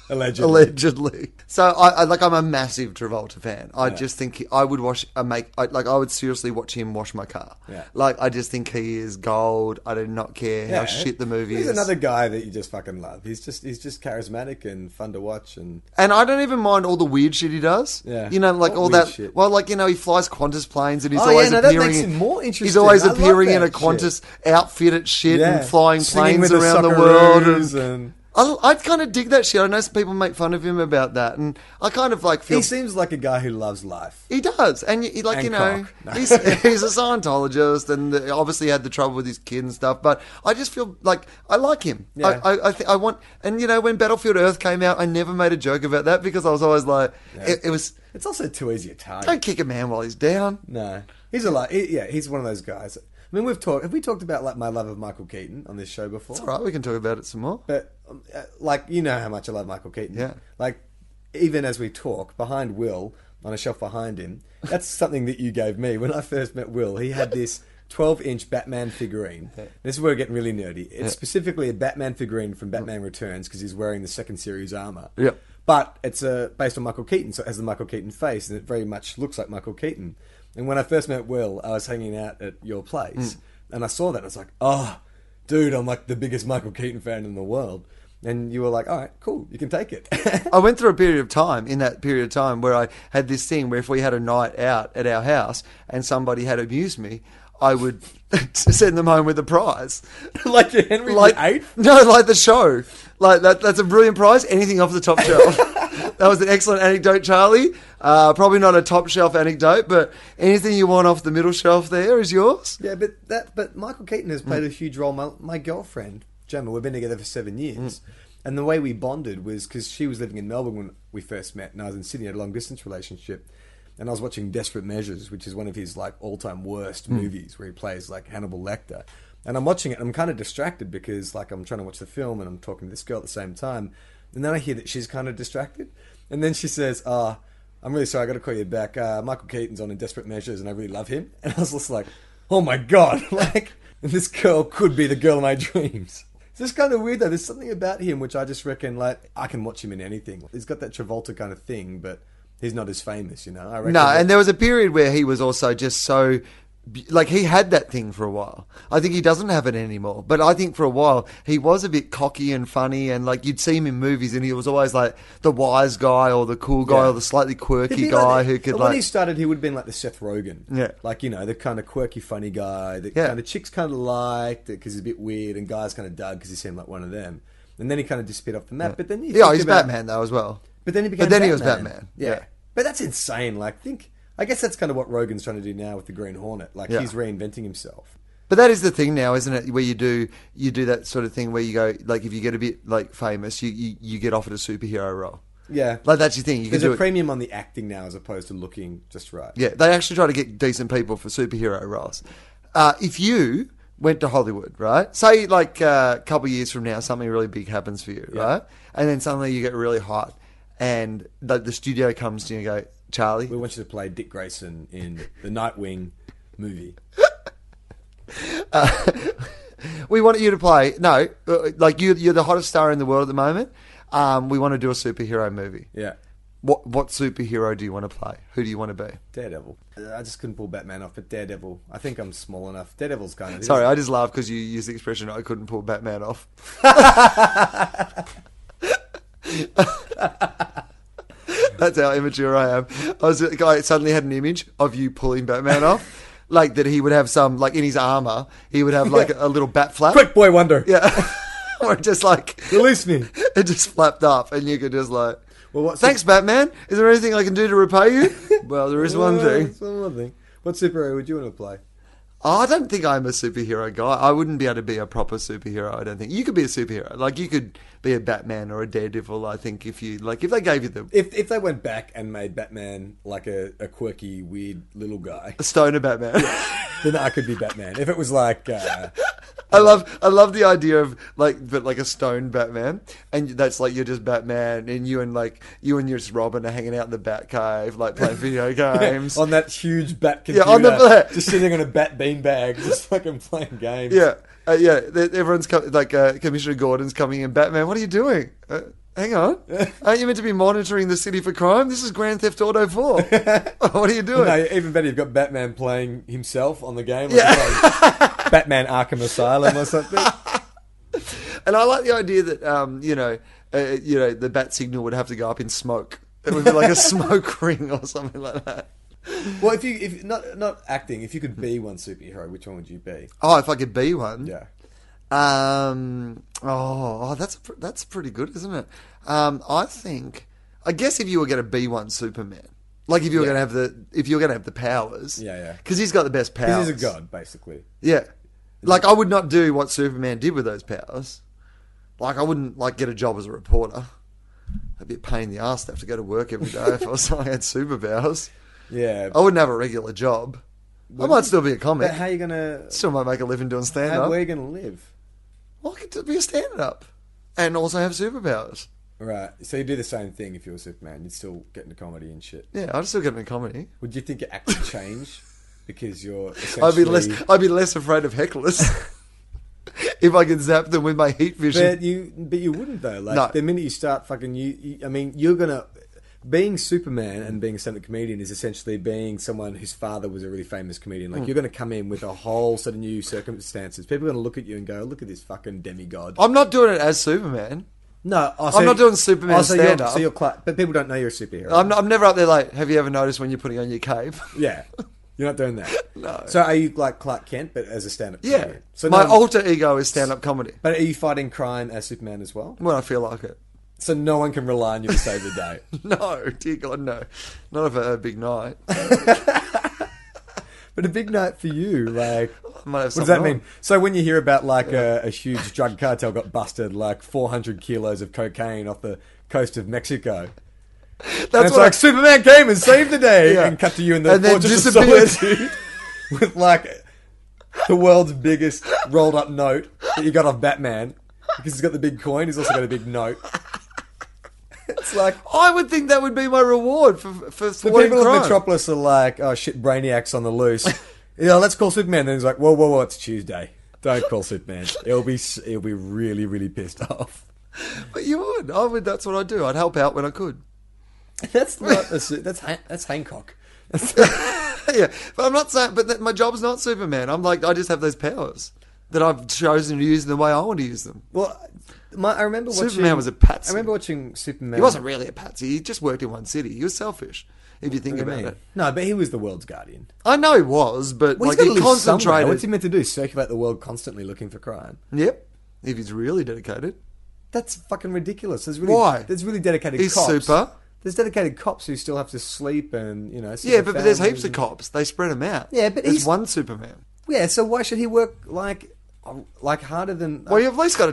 A: Allegedly.
B: allegedly. So I, I like I'm a massive Travolta fan. I just think he- I would wash, I make, I, like I would seriously watch him wash my car.
A: Yeah.
B: Like I just think he is gold. I do not care
A: Yeah.
B: how shit the movie
A: He's
B: is.
A: another guy that you just fucking love. He's just he's just charismatic and fun to watch and
B: And I don't even mind all the weird shit he does.
A: Yeah.
B: You know, like
A: What
B: all
A: weird
B: that.
A: shit?
B: Well, like you know, he flies Qantas planes and he's
A: Oh, yeah,
B: always
A: no, that
B: appearing.
A: makes
B: in-
A: him more
B: He's
A: interesting.
B: always
A: I love
B: appearing in
A: that
B: a
A: shit.
B: Qantas outfit and shit
A: yeah.
B: and flying
A: Singing
B: planes
A: with
B: around the world.
A: Socceroos
B: and-
A: and-
B: I, I kind of dig that shit. I know some people make fun of him about that, and I kind of like feel
A: he seems like a guy who loves life.
B: He does, and y- like
A: And
B: you know,
A: cock. No.
B: he's, he's a Scientologist, and the, obviously had the trouble with his kid and stuff. But I just feel like I like him.
A: Yeah.
B: I, I, I, th- I want, and you know, when Battlefield Earth came out, I never made a joke about that because I was always like, it, it was
A: It's also too easy a target.
B: don't kick a man while he's down.
A: No, he's a lot. He, yeah, he's one of those guys. I mean, we've talked. Have we talked about like my love of Michael Keaton on this show before?
B: All right, we can talk about it some more.
A: But um, uh, like, you know how much I love Michael Keaton.
B: Yeah.
A: Like, even as we talk, behind Will on a shelf behind him, that's something that you gave me when I first met Will. He had this. 12 inch Batman figurine. This is where we're getting really nerdy. It's specifically a Batman figurine from Batman Returns because he's wearing the second series armor.
B: Yeah.
A: But it's uh, based on Michael Keaton, so it has the Michael Keaton face, and it very much looks like Michael Keaton. And when I first met Will, I was hanging out at your place,
B: Mm.
A: and I saw that, and I was like, oh, dude, I'm like the biggest Michael Keaton fan in the world. And you were like, all right, cool, you can take it.
B: I went through a period of time in that period of time where I had this thing where if we had a night out at our house and somebody had amused me, I would send them home with a prize.
A: like your Henry
B: like
A: VIII?
B: No, like the show. Like that. That's a brilliant prize. Anything off the top shelf. that was an excellent anecdote, Charlie. Uh, probably not a top shelf anecdote, but anything you want off the middle shelf there is yours.
A: Yeah, but that but Michael Keaton has played a huge role. My, my girlfriend Gemma, we've been together for seven years, and the way we bonded was because she was living in Melbourne when we first met, and I was in Sydney, had a long distance relationship, and I was watching Desperate Measures, which is one of his like all time worst movies, where he plays like Hannibal Lecter. And I'm watching it, and I'm kind of distracted because like I'm trying to watch the film and I'm talking to this girl at the same time, and then I hear that she's kind of distracted, and then she says, "Ah." I'm really sorry, I got to call you back. Uh, Michael Keaton's on in Desperate Measures, and I really love him. And I was just like, oh my god, like this girl could be the girl of my dreams. It's just kind of weird though. There's something about him which I just reckon, like, I can watch him in anything. He's got that Travolta kind of thing, but he's not as famous, you know. I reckon.
B: No,
A: that-
B: and there was a period where he was also just so. Like he had that thing for a while. I think he doesn't have it anymore. But I think for a while he was a bit cocky and funny, and like you'd see him in movies, and he was always like the wise guy or the cool guy
A: Yeah.
B: or the slightly
A: He'd
B: quirky
A: be
B: guy
A: like the-
B: who could
A: when
B: like
A: he started, he would have been like the Seth Rogen,
B: Yeah.
A: like you know the kind of quirky, funny guy that
B: Yeah.
A: kind of chicks kind of liked because he's a bit weird, and guys kind of dug because he seemed like one of them. And then he kind of disappeared off the map. But then you
B: yeah,
A: think
B: he's
A: about-
B: Batman though as well.
A: But then he became.
B: But then
A: Batman.
B: he was Batman.
A: Yeah.
B: Yeah.
A: But that's insane. Like, think. I guess that's kind of what Rogan's trying to do now with the Green Hornet. Like,
B: Yeah.
A: he's reinventing himself.
B: But that is the thing now, isn't it? Where you do you do that sort of thing where you go like if you get a bit like famous, you you, you get offered a superhero role.
A: Yeah.
B: Like that's your thing. You can
A: There's
B: do
A: a
B: it.
A: premium on the acting now as opposed to looking just right.
B: yeah, they actually try to get decent people for superhero roles. Uh, if you went to Hollywood, right? Say like uh, a couple of years from now, something really big happens for you, right? And then suddenly you get really hot, and the, the studio comes to you and go, Charlie,
A: We want you to play Dick Grayson in the Nightwing movie.
B: we want you to play. No, uh, like you, you're the hottest star in the world at the moment. Um, we want to do a superhero movie.
A: Yeah.
B: What what superhero do you want to play? Who do you want to be?
A: Daredevil. I just couldn't pull Batman off, but Daredevil. I think I'm small enough. Daredevil's kind of
B: Sorry, I just laughed because you used the expression I couldn't pull Batman off. That's how immature I am. I was I suddenly had an image of you pulling Batman off. Like that he would have some like in his armor, he would have like a, little bat flap.
A: Quick boy wonder.
B: Yeah. or just like
A: Release me.
B: it just flapped up and you could just like
A: Well, what's
B: Thanks, Batman. Is there anything I can do to repay you? well, there is one thing.
A: That's Oh, one thing. What superhero would you want to play?
B: I don't think I'm a superhero guy. I wouldn't be able to be a proper superhero. I don't think you could be a superhero. Like you could be a Batman or a Daredevil. I think if you like, if they gave you the
A: If if they went back and made Batman like a, a quirky, weird little guy,
B: a stoner Batman,
A: then I could be Batman. If it was like uh,
B: I love, I love the idea of like, but like a stone Batman, and that's like you're just Batman, and you and like you and your Robin are hanging out in the Bat Cave, like playing video games.
A: on that huge bat
B: Yeah,
A: computer,
B: on the bat.
A: just sitting on a bat beanbag, just fucking playing games.
B: Yeah, uh, yeah. th- Everyone's co- like uh, Commissioner Gordon's coming in. Batman, what are you doing? Uh, hang on, aren't you meant to be monitoring the city for crime? This is Grand Theft Auto Four. what are you doing?
A: No, even better, you've got Batman playing himself on the game. Like yeah. Batman Arkham Asylum or something.
B: And I like the idea that um, you know, uh, you know, the bat signal would have to go up in smoke. It would be like a smoke ring or something like that.
A: Well, if you if not not acting, if you could be one superhero, which one would you be?
B: Oh, if I could be one.
A: Yeah.
B: Um. Oh, oh, that's pr- that's pretty good, isn't it? Um. I think. I guess if you were going to be one Superman, like if you were
A: Yeah.
B: going to have the if you were going to have the powers,
A: Yeah, yeah.
B: because he's got the best powers.
A: Because he's a god, basically.
B: Yeah. Like I would not do what Superman did with those powers. Like I wouldn't like get a job as a reporter. That'd be a pain in the ass to have to go to work every day if I was I had superpowers.
A: Yeah.
B: I wouldn't have a regular job. I might still be a comic.
A: but how are you gonna?
B: still might make a living doing stand
A: How
B: up.
A: where are you gonna live?
B: Well, I could be a stand up and also have superpowers.
A: Right. So you do the same thing if you were Superman. You'd still get into comedy and shit.
B: Yeah, I'd still get into comedy.
A: Would you think your act would change because you're?
B: I'd be less.
A: essentially-
B: I'd be less afraid of hecklers if I could zap them with my heat vision.
A: But you, but you wouldn't though. Like
B: No.
A: the minute you start fucking, you, you I mean, you're gonna being Superman and being a stand-up comedian is essentially being someone whose father was a really famous comedian.
B: Hmm.
A: Like you're going to come in with a whole set of new circumstances. People are going to look at you and go, "Look at this fucking demigod."
B: I'm not doing it as Superman.
A: no, oh,
B: I'm not doing Superman
A: so you're-
B: stand-up.
A: So you're, cla- but people don't know you're a superhero.
B: I'm, not, I'm never up there like, have you ever noticed when you're putting on your cape?
A: Yeah, you're not doing that.
B: No.
A: So are you like Clark Kent, but as a stand-up?
B: yeah.
A: Comedian? So
B: my
A: no-
B: alter ego is stand up comedy
A: But are you fighting crime as Superman as well?
B: when I feel like it.
A: So no one can rely on you to save the day.
B: No, dear God, no. Not if I had a big night. I
A: But a big night for you, like
B: might have
A: What does
B: something
A: that mean?
B: on.
A: So when you hear about like a, a huge drug cartel got busted, like 400 kilos of cocaine off the coast of Mexico, and
B: That's
A: it's
B: what I-
A: like Superman came and saved the day,
B: Yeah.
A: and cut to you in the
B: And then
A: Fortress of
B: disappeared.
A: Solitude with like the world's biggest rolled up note that you got off Batman because he's got the big coin. He's also got a big note. It's like.
B: I would think that would be my reward for for
A: The
B: thwarting
A: people
B: crime.
A: of Metropolis are like, oh shit, Brainiac's on the loose. yeah, let's call Superman. Then he's like, whoa, whoa, whoa, it's Tuesday. Don't call Superman. It'll be it'll be really, really pissed off.
B: But you would. I would. That's what I'd do. I'd help out when I could.
A: That's not a, su- that's Han- that's Hancock.
B: yeah, but I'm not saying. But that my job's not Superman. I'm like I just have those powers that I've chosen to use in the way I want to use them.
A: Well, my, I remember watching,
B: Superman was a patsy.
A: I remember watching Superman.
B: He wasn't really a patsy. He just worked in one city. He was selfish. If you think
A: What do you
B: about
A: mean?
B: it,
A: No, but he was the world's guardian.
B: I know he was, but
A: Well,
B: like
A: he's got
B: he
A: to live somewhere.
B: concentrated.
A: What's he meant to do? Circulate the world constantly looking for crime?
B: Yep. If he's really dedicated.
A: That's fucking ridiculous. There's really,
B: Why?
A: There's really dedicated
B: He's
A: cops.
B: super.
A: There's dedicated cops who still have to sleep and you know. see
B: Yeah,
A: their
B: but, but there's
A: families
B: heaps of
A: and-
B: cops. They spread them out.
A: Yeah, but
B: there's
A: he's-
B: one Superman.
A: Yeah, so why should he work like like harder than?
B: Well, you've at least got to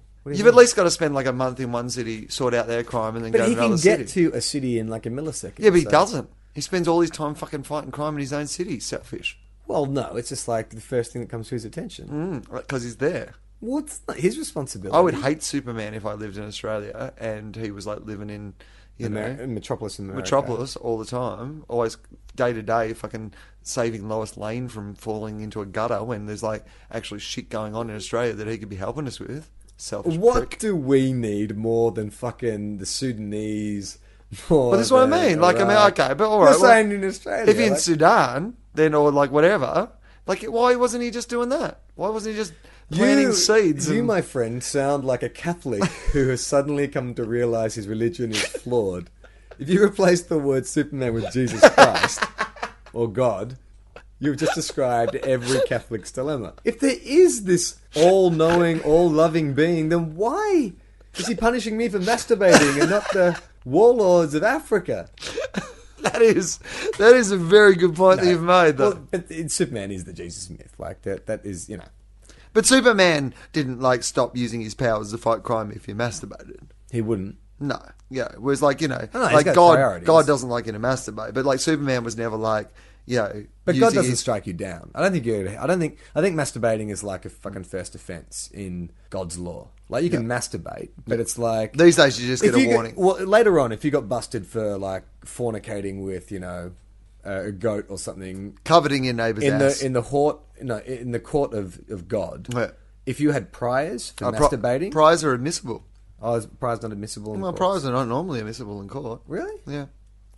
A: Oh. do you
B: You've
A: mean?
B: at least got to spend like a month in one city, sort out their crime, and then
A: but
B: go
A: he
B: to another
A: can
B: city.
A: get to a city in like a millisecond.
B: yeah, but he
A: so-
B: doesn't. He spends all his time fucking fighting crime in his own city. He's Selfish.
A: Well, no, it's just like the first thing that comes to his attention.
B: Because he's there.
A: Well, it's not his responsibility.
B: Mm. I would hate Superman if I lived in Australia and he was like living in, you
A: Ameri-
B: know,
A: Metropolis in America.
B: Metropolis all the time, always day to day, fucking saving Lois Lane from falling into a gutter when there's like actually shit going on in Australia that he could be helping us with. Selfish
A: What
B: prick.
A: do we need more than fucking the Sudanese Well,
B: But that's what I mean. Like, I mean, okay, but all
A: You're
B: right. well,
A: saying in Australia,
B: if you're in
A: like,
B: Sudan, then or like whatever, like why wasn't he just doing that? Why wasn't he just planting
A: you,
B: seeds?
A: You,
B: and-
A: my friend, sound like a Catholic who has suddenly come to realize his religion is flawed. If you replace the word Superman with Jesus Christ or God, you've just described every Catholic's dilemma. If there is this all-knowing, all-loving being, then why is he punishing me for masturbating and not the warlords of Africa?
B: that is that is a very good point that you've made, though.
A: Well, but it- Superman is the Jesus myth. Like that. That is you know.
B: but Superman didn't like stop using his powers to fight crime if he masturbated.
A: He wouldn't.
B: No, yeah, it was like you know,
A: No, no, he's
B: like
A: got
B: God,
A: priorities.
B: God doesn't like you to masturbate, but like Superman was never like you know,
A: But
B: using
A: God doesn't
B: his-
A: strike you down. I don't think you. I don't think. I think masturbating is like a fucking first offense in God's law. Like you can masturbate, but it's like
B: these days you just get
A: if
B: a
A: you get-
B: warning.
A: well, later on, if you got busted for like fornicating with you know a goat or something
B: coveting your neighbour's
A: in
B: ass.
A: the in the court no in the court of of God,
B: Yeah.
A: if you had priors for
B: Uh, pri-
A: masturbating,
B: priors are admissible.
A: oh, is priors not admissible? In
B: Well,
A: court?
B: priors are not normally admissible in court.
A: Really?
B: Yeah.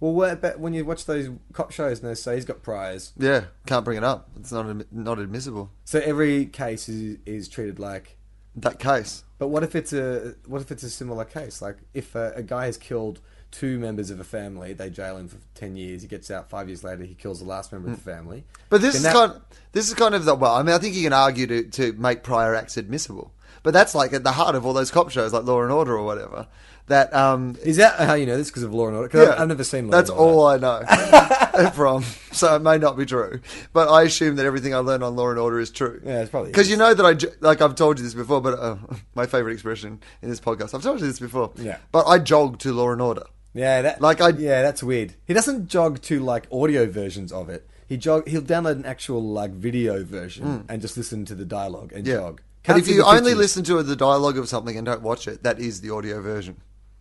A: Well, where, but when you watch those cop shows and they say he's got priors,
B: Yeah, can't bring it up. It's not admi- not admissible.
A: so every case is is treated like.
B: That case.
A: But what if it's a what if it's a similar case? Like if a, a guy has killed two members of a family, they jail him for ten years. He gets out five years later. He kills the last member of the family.
B: Hmm. But this
A: Then
B: is
A: that-
B: kind. this is kind of the well. I mean, I think you can argue to, to make prior acts admissible, but that's like at the heart of all those cop shows, like Law and Order or whatever. That um,
A: is that how you know this because of Law and Order? 'Cause I've,
B: yeah,
A: I've never seen. Law
B: That's
A: and Order.
B: all I know from. So it may not be true, but I assume that everything I learned on Law and Order is true.
A: Yeah, it's probably
B: because
A: is.
B: you know that I jo- like I've told you this before, but uh, my favorite expression in this podcast. I've told you this before.
A: Yeah.
B: but I jog to Law and Order.
A: Yeah, that
B: Like, I-
A: yeah, that's weird. He doesn't jog to like audio versions of it. He jog. He'll download an actual like video version and just listen to the dialogue and
B: Hmm. Yeah.
A: jog.
B: But
A: Can't
B: if
A: see
B: you
A: the
B: only
A: pictures.
B: listen to the dialogue of something and don't watch it, that is the audio version.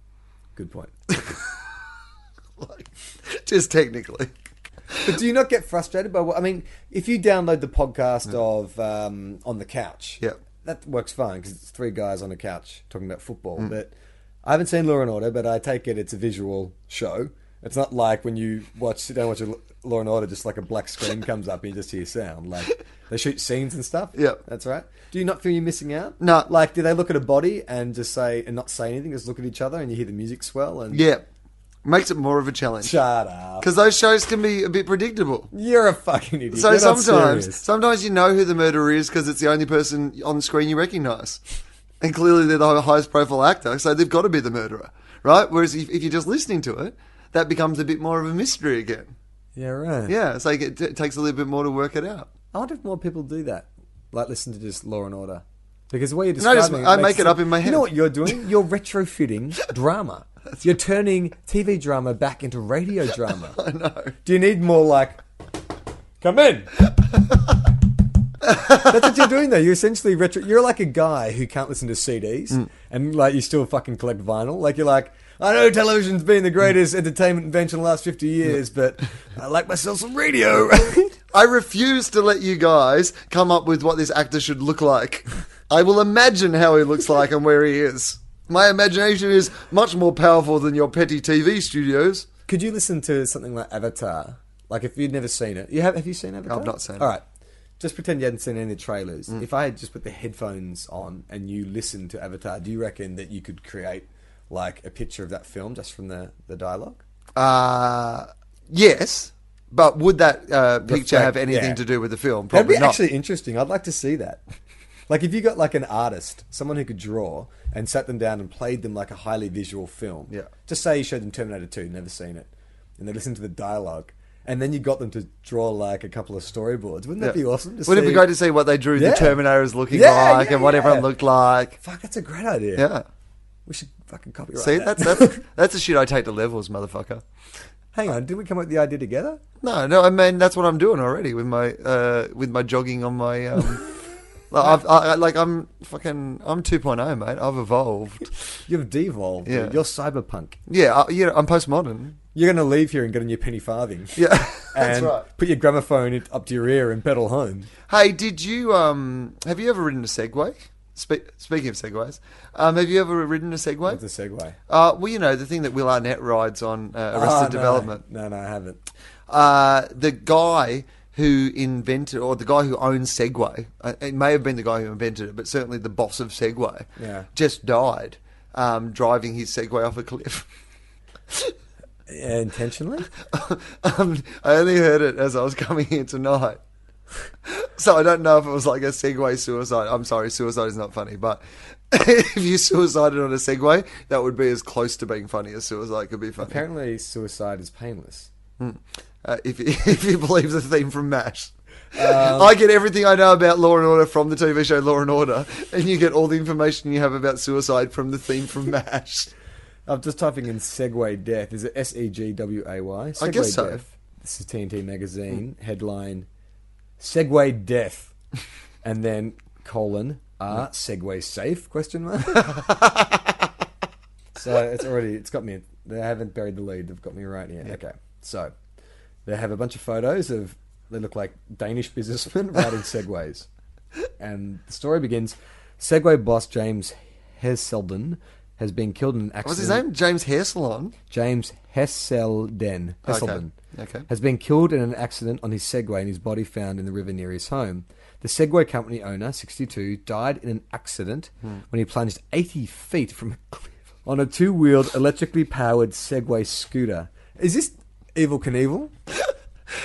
A: good point.
B: Like, just technically.
A: But do you not get frustrated by what? I mean, if you download the podcast of um, On the Couch,
B: Yeah.
A: that works fine because it's three guys on a couch talking about football.
B: Mm.
A: But I haven't seen Law and Order, but I take it it's a visual show. It's not like when you watch sit down and watch a L- Law and Order, just like a black screen comes up and you just hear sound. Like they shoot scenes and stuff.
B: Yeah.
A: that's right. Do you not feel you're missing out?
B: No.
A: Like, do they look at a body and just say and not say anything? Just look at each other and you hear the music swell and
B: Yeah. Makes it more of a challenge.
A: shut up.
B: Because those shows can be a bit predictable.
A: You're a fucking idiot.
B: So
A: You're not
B: sometimes,
A: serious.
B: sometimes you know who the murderer is because it's the only person on the screen you recognise, and clearly they're the highest profile actor, so they've got to be the murderer, right? Whereas if, if you're just listening to it, that becomes a bit more of a mystery again.
A: Yeah, right.
B: Yeah, so it, it takes a little bit more to work it out.
A: I wonder if more people do that, like listen to just Law and Order, because the way you're
B: I just-
A: describing, it
B: I
A: makes
B: make it up in my
A: You
B: head.
A: know what you're doing? You're retrofitting drama. You're turning TV drama back into radio drama. I know. Do you need more like? Come in. That's what you're doing though. You're essentially retro. You're like a guy who can't listen to CDs
B: Mm.
A: and like you still fucking collect vinyl. Like you're like, I know television's been the
B: Mm.
A: greatest entertainment invention in the last fifty years, but I like myself some radio.
B: I refuse to let you guys come up with what this actor should look like. I will imagine how he looks like and where he is. My imagination is much more powerful than your petty TV studios.
A: Could you listen to something like Avatar? Like if you'd never seen it, you have. Have you seen Avatar?
B: I've not seen it. Mm.
A: All right, just pretend you hadn't seen any of the trailers. If I had just put the headphones on and you listened to Avatar, do you reckon that you could create like a picture of that film just from the the dialogue?
B: Uh, yes, but would that uh, picture
A: Reflect-
B: have anything
A: yeah.
B: to do with the film?
A: That'd
B: Probably
A: be
B: not.
A: actually interesting. I'd like to see that. Like if you got like an artist, someone who could draw, and sat them down and played them like a highly visual film.
B: Yeah.
A: Just say you showed them Terminator Two, never seen it, and they listened to the dialogue, and then you got them to draw like a couple of storyboards. Wouldn't that
B: Yeah.
A: be awesome? to
B: Wouldn't it
A: see-
B: be great to see what they drew
A: Yeah.
B: the Terminator is looking
A: Yeah,
B: like
A: yeah,
B: and what
A: yeah.
B: everyone looked like?
A: Fuck, that's a great idea.
B: Yeah.
A: We should fucking copyright.
B: See,
A: that.
B: that's, that's, that's the shit I take to levels, motherfucker.
A: Hang on, didn't we come up with the idea together?
B: No, no, I mean that's what I'm doing already with my uh, with my jogging on my. Um, like, I've, I, I- like I'm fucking I'm 2.0, mate. I've evolved.
A: You've devolved.
B: Yeah.
A: dude. You're cyberpunk.
B: Yeah, I, you know, I'm postmodern.
A: You're going to leave here and get on your penny farthing.
B: Yeah,
A: and Put your gramophone in- up to your ear and pedal home.
B: Hey, did you um have you ever ridden a Segway? Spe- speaking of segways, um, have you ever ridden a segway?
A: That's a segue.
B: Uh, well, you know the thing that Will Arnett rides on uh, Arrested
A: Oh, no.
B: Development.
A: No, no, I haven't.
B: Uh, the guy who invented, or the guy who owns Segway, uh, it may have been the guy who invented it, but certainly the boss of Segway,
A: Yeah.
B: just died um, driving his Segway off a cliff.
A: Intentionally?
B: um, I only heard it as I was coming here tonight. So I don't know if it was like a Segway suicide. I'm sorry, suicide is not funny, but if you suicided on a Segway, that would be as close to being funny as suicide could be funny.
A: Apparently, suicide is painless.
B: uh, if, you, if you believe the theme from MASH. I get everything I know about Law and Order from the TV show Law and Order, and you get all the information you have about suicide from the theme from MASH.
A: I'm just typing in Segway Death. Is it S E G W A Y? Segway
B: guess so.
A: Death. This is TNT Magazine. Headline Segway Death. and then colon, are Segways safe? Question mark. so it's already, it's got me, they haven't buried the lead. They've got me right here. Okay. So they have a bunch of photos of, they look like Danish businessmen riding Segways. And the story begins Segway boss James Heselden has been killed in an accident.
B: What's his name? James Hair Salon.
A: James Hesselden, Hesselden
B: Okay.
A: has been killed in an accident on his Segway and his body found in the river near his home. The Segway company owner, 62, died in an accident
B: Hmm.
A: when he plunged 80 feet from a cliff on a two wheeled, electrically powered Segway scooter. Is this Evil Knievel?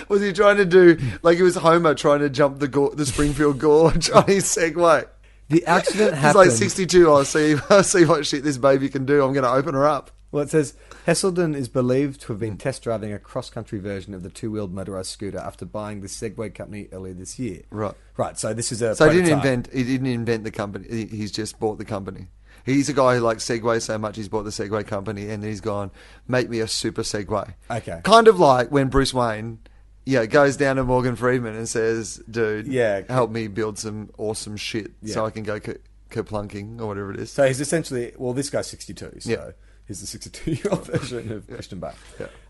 B: Was he trying to do like it was Homer trying to jump the go- the Springfield Gorge on his Segway?
A: The accident
B: He's
A: happened.
B: like sixty two. I'll see. I'll see what shit this baby can do. I'm going to open her up.
A: Well, it says Hesselden is believed to have been test driving a cross country version of the two wheeled motorized scooter after buying the Segway company earlier this year.
B: Right.
A: Right. So this is a.
B: So he didn't
A: prototype.
B: invent. He didn't invent the company. He- He's just bought the company. He's a guy who likes Segway so much. He's bought the Segway company, and then he's gone. Make me a super Segway.
A: Okay.
B: Kind of like when Bruce Wayne, yeah, goes down to Morgan Freeman and says, "Dude,
A: Yeah.
B: help me build some awesome shit
A: Yeah.
B: so I can go ke- kerplunking or whatever it is."
A: So he's essentially well, this guy's sixty-two, so
B: Yeah.
A: he's the sixty-two-year-old version of Ashton Bach.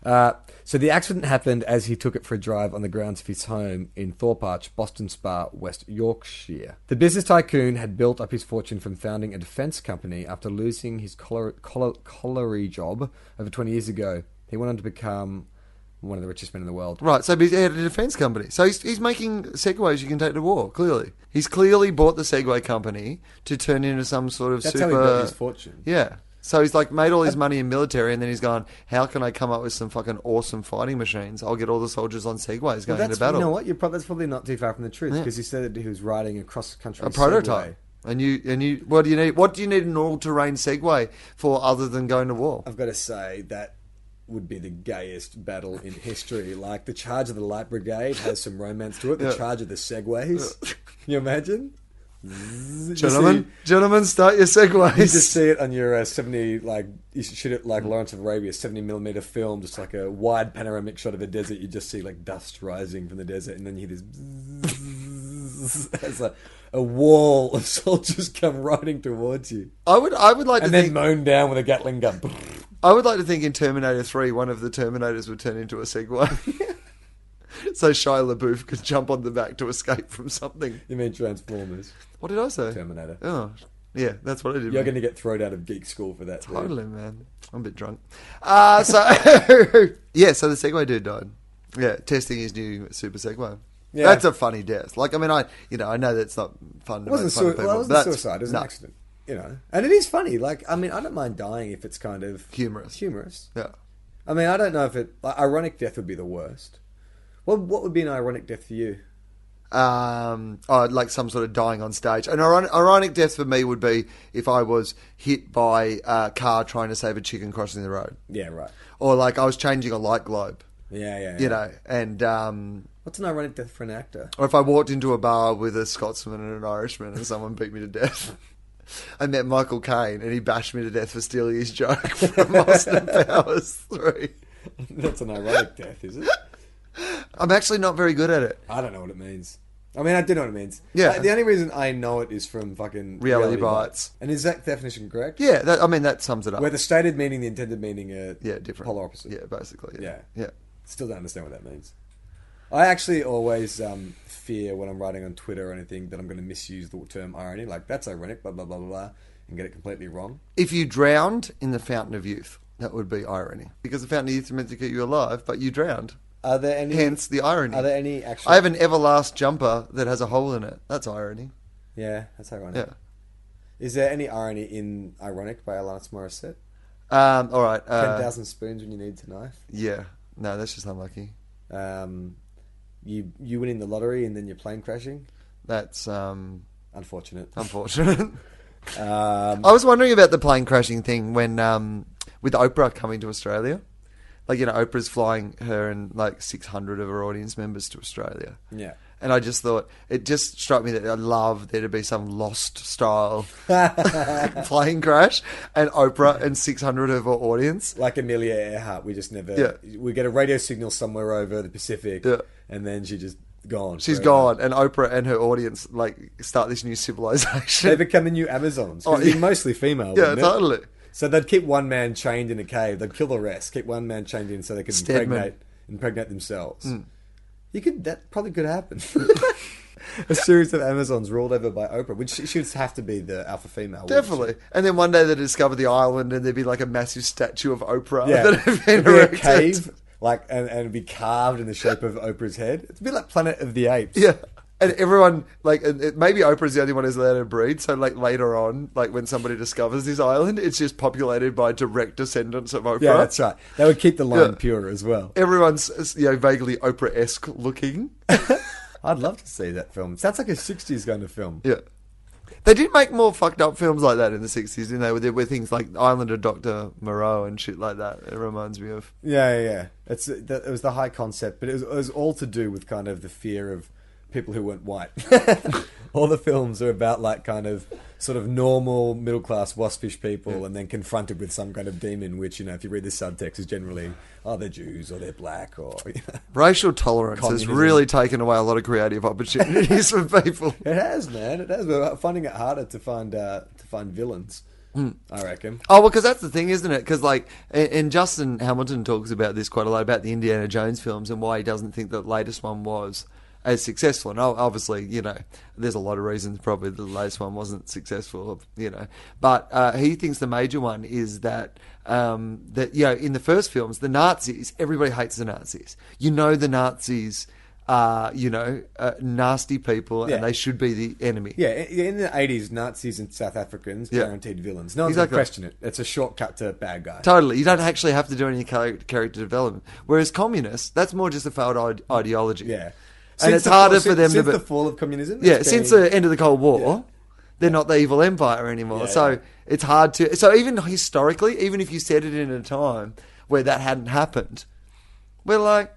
A: Uh, so the accident happened as he took it for a drive on the grounds of his home in Thorpe Arch, Boston Spa, West Yorkshire. The business tycoon had built up his fortune from founding a defence company after losing his collar, collar, colliery job over twenty years ago. He went on to become one of the richest men in the world.
B: Right, so he had a defense company. So he's, he's making segways you can take to war, clearly. He's clearly bought the Segway company to turn into some sort of
A: That's how
B: super.
A: he built his fortune.
B: Yeah. So he's like made all his money in military and then he's gone, how can I come up with some fucking awesome fighting machines? I'll get all the soldiers on Segways going
A: Well,
B: into
A: that's,
B: battle.
A: you know what? You're probably, that's probably not too far from the truth
B: Yeah.
A: because he said that he was riding across the country.
B: A prototype. And you, and you, what do you need? What do you need an all-terrain Segway for other than going to war?
A: I've got to say that would be the gayest battle in history. Like the charge of the Light Brigade has some romance to it. The
B: Yeah.
A: charge of the Segways, Can you imagine? Zzz, you
B: Gentlemen,
A: see-
B: gentlemen, start your Segways.
A: you just see it on your uh, seventy, like you should shoot it like Lawrence of Arabia, seventy millimeter film, just like a wide panoramic shot of a desert. You just see like dust rising from the desert, and then you hear this. bzzz as a, a wall of soldiers come riding towards you,
B: I would, I would like to
A: and then
B: think,
A: mown down with a Gatling gun.
B: I would like to think in Terminator 3, one of the Terminators would turn into a Segway. so Shia LaBeouf could jump on the back to escape from something.
A: you mean Transformers,
B: What did I say?
A: Terminator?
B: Oh, yeah, that's what I did.
A: You're
B: man.
A: going to get thrown out of geek school for that. dude.
B: Totally, man. I'm a bit drunk. Uh, so, yeah, so the Segway dude died. Yeah, testing his new Super Segway.
A: Yeah.
B: That's a funny death. Like, I mean, I you know, I know that's not fun.
A: It
B: To
A: wasn't,
B: make fun
A: sui-
B: of people,
A: well, it wasn't
B: but that's-
A: suicide. It was
B: no.
A: an accident. You know, and it is funny. Like, I mean, I don't mind dying if it's kind of
B: Humorous.
A: Humorous.
B: Yeah.
A: I mean, I don't know if it like, ironic death would be the worst. What what would be an ironic death for you?
B: um, oh, like some sort of dying on stage. An ironic, ironic death for me would be if I was hit by a car trying to save a chicken crossing the road,
A: Yeah, right.
B: or like I was changing a light globe,
A: Yeah, yeah. yeah.
B: you know, and um,
A: what's an ironic death for an actor?
B: or if I walked into a bar with a Scotsman and an Irishman and someone beat me to death. I met Michael Caine and he bashed me to death for stealing his joke from Austin Powers 3.
A: That's an ironic death, is it?
B: I'm actually not very good at it.
A: I don't know what it means. I mean, I do know what it means.
B: Yeah.
A: Like, the only reason I know it is from fucking
B: Reality Bites.
A: And is that definition correct?
B: Yeah, that, I mean, that sums it up.
A: Where the stated meaning, the intended meaning are
B: yeah, different.
A: polar opposite.
B: Yeah, basically. Yeah.
A: Yeah.
B: yeah.
A: Still don't understand what that means. I actually always um, fear when I'm writing on Twitter or anything that I'm going to misuse the term irony, like that's ironic, blah blah blah blah, blah, and get it completely wrong.
B: If you drowned in the fountain of youth, that would be irony. Because the fountain of youth is meant to keep you alive, but you drowned.
A: Are there any?
B: Hence the irony.
A: Are there any actual?
B: I have an Everlast jumper that has a hole in it. That's irony.
A: Yeah, that's ironic.
B: Yeah.
A: Is there any irony in "Ironic" by Alanis Morissette?
B: Um, all right.
A: Ten
B: Uh,
A: thousand spoons when you need to knife.
B: yeah. No, that's just unlucky.
A: Um, you you winning the lottery and then your plane crashing.
B: That's um,
A: Unfortunate.
B: unfortunate.
A: Um,
B: I was wondering about the plane crashing thing when um, with Oprah coming to Australia. Like you know, Oprah's flying her and like six hundred of her audience members to Australia.
A: yeah.
B: And I just thought it just struck me that I love there to be some lost style plane crash and Oprah and six hundred of her audience.
A: Like Amelia Earhart, we just never. We get a radio signal somewhere over the Pacific,
B: Yeah.
A: and then she just gone.
B: She's
A: forever.
B: gone, and Oprah and her audience like start this new
A: They
B: civilization.
A: become the new Amazons.
B: Oh,
A: Oh, yeah.
B: yeah.
A: mostly female.
B: yeah,
A: wouldn't it?
B: totally.
A: So they'd keep one man chained in a cave. They'd kill the rest. Keep one man chained in so they could
B: Stedman.
A: impregnate impregnate themselves.
B: Mm.
A: You could that probably could happen. a series of Amazons ruled over by Oprah, which she she would have to be the alpha female. wouldn't she?
B: Definitely. And then one day they discover the island, and there'd be like a massive statue of Oprah
A: Yeah,
B: that had been
A: It'd be a
B: erected.
A: cave like and, and it'd be carved in the shape of Oprah's head. It's a bit like Planet of the Apes.
B: Yeah. And everyone, like, and it, maybe Oprah's the only one who's allowed to breed. So, like, later on, like, when somebody discovers this island, it's just populated by direct descendants of Oprah.
A: Yeah, that's right. They would keep the line
B: Yeah.
A: pure as well.
B: Everyone's, you know, vaguely Oprah esque looking.
A: I'd love to see that film. Sounds like a '60s kind of film.
B: yeah. They did make more fucked up films like that in the 60s, didn't they? Where there were things like Island of Dr. Moreau and shit like that. It reminds me of.
A: Yeah, yeah, yeah. It's uh, that- it was the high concept, but it was, it was all to do with kind of the fear of people who weren't white. all the films are about like kind of sort of normal middle class waspish people, and then confronted with some kind of demon, which you know, if you read the subtext, is generally oh they're Jews or they're black or you know.
B: Racial tolerance
A: Communism.
B: has really taken away a lot of creative opportunities for people.
A: it has man, it has. We're finding it harder to find uh, to find villains. I reckon.
B: Oh well, because that's the thing, isn't it? Because like, and, and Justin Hamilton talks about this quite a lot about the Indiana Jones films and why he doesn't think the latest one was as successful. And o- obviously, you know, there's a lot of reasons probably the latest one wasn't successful. You know, but uh, he thinks the major one is that um, that you know in the first films the Nazis everybody hates the Nazis. You know the Nazis. are you know, uh, nasty people,
A: Yeah.
B: and they should be the enemy.
A: Yeah, i- in the eighties, Nazis and South Africans
B: Yeah.
A: guaranteed villains. No one's
B: Exactly.
A: gonna question it. It's a shortcut to bad guy.
B: Totally. You don't actually have to do any char- character development. Whereas communists, that's more just a failed ide- ideology.
A: Yeah.
B: And it's
A: the
B: harder
A: fall-
B: for them to
A: since
B: be-
A: the fall of communism.
B: Yeah,
A: it's
B: since
A: been-
B: the end of the Cold War, they're not the evil empire anymore.
A: Yeah,
B: so
A: yeah.
B: it's hard to. So even historically, even if you said it in a time where that hadn't happened, we're like,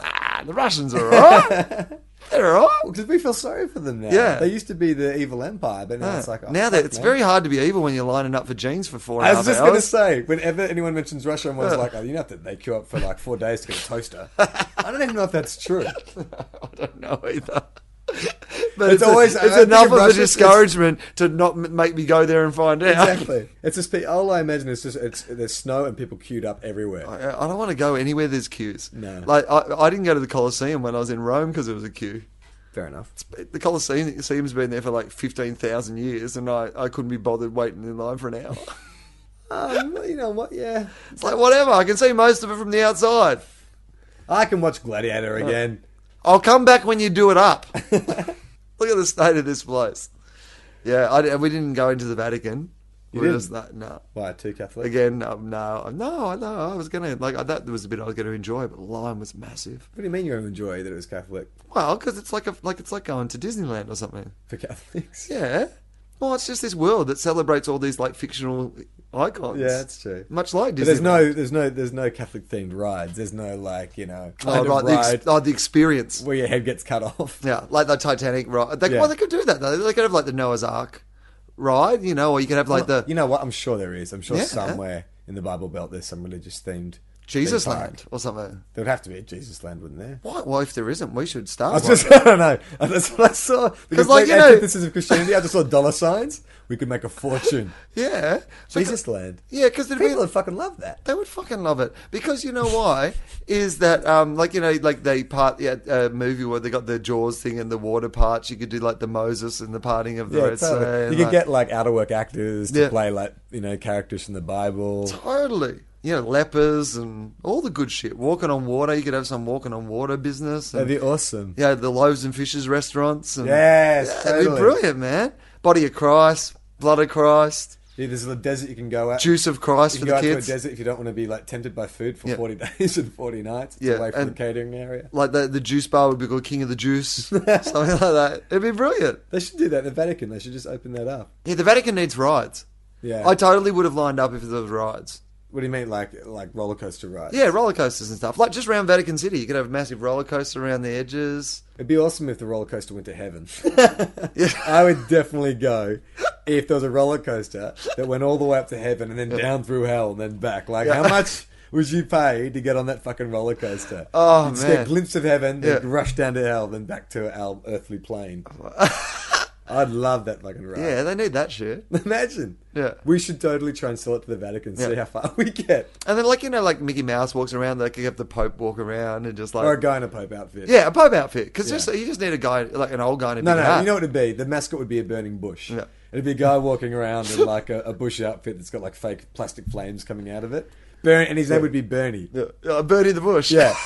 B: ah, the Russians are all right. they're all right.
A: because we feel sorry for them now.
B: Yeah.
A: they used to be the evil empire, but now it's like oh,
B: now that
A: fuck,
B: it's
A: man.
B: very hard to be evil when you're lining up for jeans for four
A: I
B: and a
A: was
B: half
A: just going to
B: hours.
A: say, whenever anyone mentions Russia, I'm always like, oh, you know that they queue up for like four days to get a toaster. I don't even know if that's true.
B: I don't know either. But
A: It's
B: it's,
A: always-
B: always
A: I
B: it's
A: think
B: enough
A: in
B: of a
A: Russia, it's-
B: discouragement to not m- make me go there and find out.
A: Exactly. It's just pe- all I imagine is just it's there's snow and people queued up everywhere.
B: I I don't want to go anywhere there's queues.
A: No.
B: Like I, I didn't go to the Colosseum when I was in Rome because there was a queue.
A: Fair enough.
B: The Colosseum's been there for like fifteen thousand years, and I, I couldn't be bothered waiting in line for an hour.
A: Um, well, you know what? Yeah,
B: it's like whatever. I can see most of it from the outside.
A: I can watch Gladiator again.
B: I'll come back when you do it up. Look at the state of this place. Yeah, I, di- we didn't go into the Vatican.
A: You
B: We
A: didn't?
B: just- no, no.
A: Why too Catholic?
B: Again, um, no, no, no. I was gonna like I, that was a bit I was gonna enjoy, but the line was massive.
A: What do you mean you don't enjoy that it was Catholic
B: Well, because it's like a like it's like going to Disneyland or something.
A: for Catholics?
B: Yeah. Well, it's just this world that celebrates all these like fictional icons.
A: Yeah, that's true.
B: Much like Disney.
A: But there's no, there's no, there's no Catholic themed rides. There's no like you know
B: oh,
A: kind
B: right,
A: of
B: the,
A: ride
B: ex- oh, the experience.
A: where your head gets cut off.
B: Yeah, like the Titanic ride. They,
A: Yeah.
B: Well, they could do that though. They could have like the Noah's Ark ride, you know, or you could have like the
A: you know what? I'm sure there is. I'm sure
B: Yeah.
A: somewhere in the Bible Belt there's some religious themed
B: Jesus
A: theme
B: Land
A: park.
B: or something.
A: There would have to be a Jesus Land, wouldn't there?
B: What? Well, if there isn't, we should start.
A: I was
B: one.
A: just, I don't know. That's what I saw. Because,
B: like,
A: like,
B: you
A: you
B: know-
A: this is Christianity. I just saw dollar signs. We could make a fortune.
B: yeah,
A: Jesus Land.
B: Yeah, because there'd be
A: People would fucking love that.
B: They would fucking love it because you know why is that um like you know like they part yeah, a movie where they got the jaws thing and the water parts you could do like the Moses and the parting of the
A: Yeah,
B: Red
A: totally.
B: Sea and,
A: You could
B: like-
A: get like out of work actors to
B: Yeah.
A: play like you know characters from the Bible.
B: totally you know lepers and all the good shit walking on water you could have some walking on water business and,
A: That'd be awesome.
B: yeah the loaves and fishes restaurants and,
A: Yes,
B: Yeah, it'd be
A: totally.
B: brilliant man body of Christ blood of Christ
A: Yeah, there's a desert you can go out.
B: juice of Christ
A: you
B: for
A: can
B: the
A: go out
B: kids
A: to a desert if you don't want to be like tempted by food for
B: Yeah.
A: 40 days and 40 nights. It's
B: Yeah,
A: away from
B: and-
A: the catering area.
B: like the the juice bar would be called King of the Juice something like that it'd be brilliant.
A: They should do that in the Vatican. They should just open that up.
B: Yeah, the Vatican needs rides.
A: Yeah.
B: I totally would have lined up if there was rides.
A: what do you mean, like like roller coaster rides?
B: Yeah, roller coasters and stuff. Like just around Vatican City, you could have a massive roller coaster around the edges.
A: It'd be awesome if the roller coaster went to heaven. I would definitely go if there was a roller coaster that went all the way up to heaven and then down through hell and then back. Like, how much would you pay to get on that fucking roller coaster?
B: Oh,
A: You'd just get
B: man.
A: a glimpse of heaven, then
B: Yeah.
A: rush down to hell, then back to our earthly plane. I'd love that fucking ride.
B: Yeah, they need that shit.
A: Imagine.
B: Yeah.
A: We should totally try and sell it to the Vatican, see
B: Yeah.
A: how far we get.
B: And then like you know, like Mickey Mouse walks around, they could have the Pope walk around and just like
A: Or a guy in a Pope outfit.
B: yeah, a Pope outfit because
A: Yeah.
B: just you just need a guy like an old guy in a
A: No,
B: big
A: no,
B: hat.
A: you know what it'd be? The mascot would be a burning bush.
B: Yeah.
A: It'd be a guy walking around in like a, a bush outfit that's got like fake plastic flames coming out of it. Bernie, and his name would be Bernie.
B: Yeah, a birdie in the bush.
A: Yeah.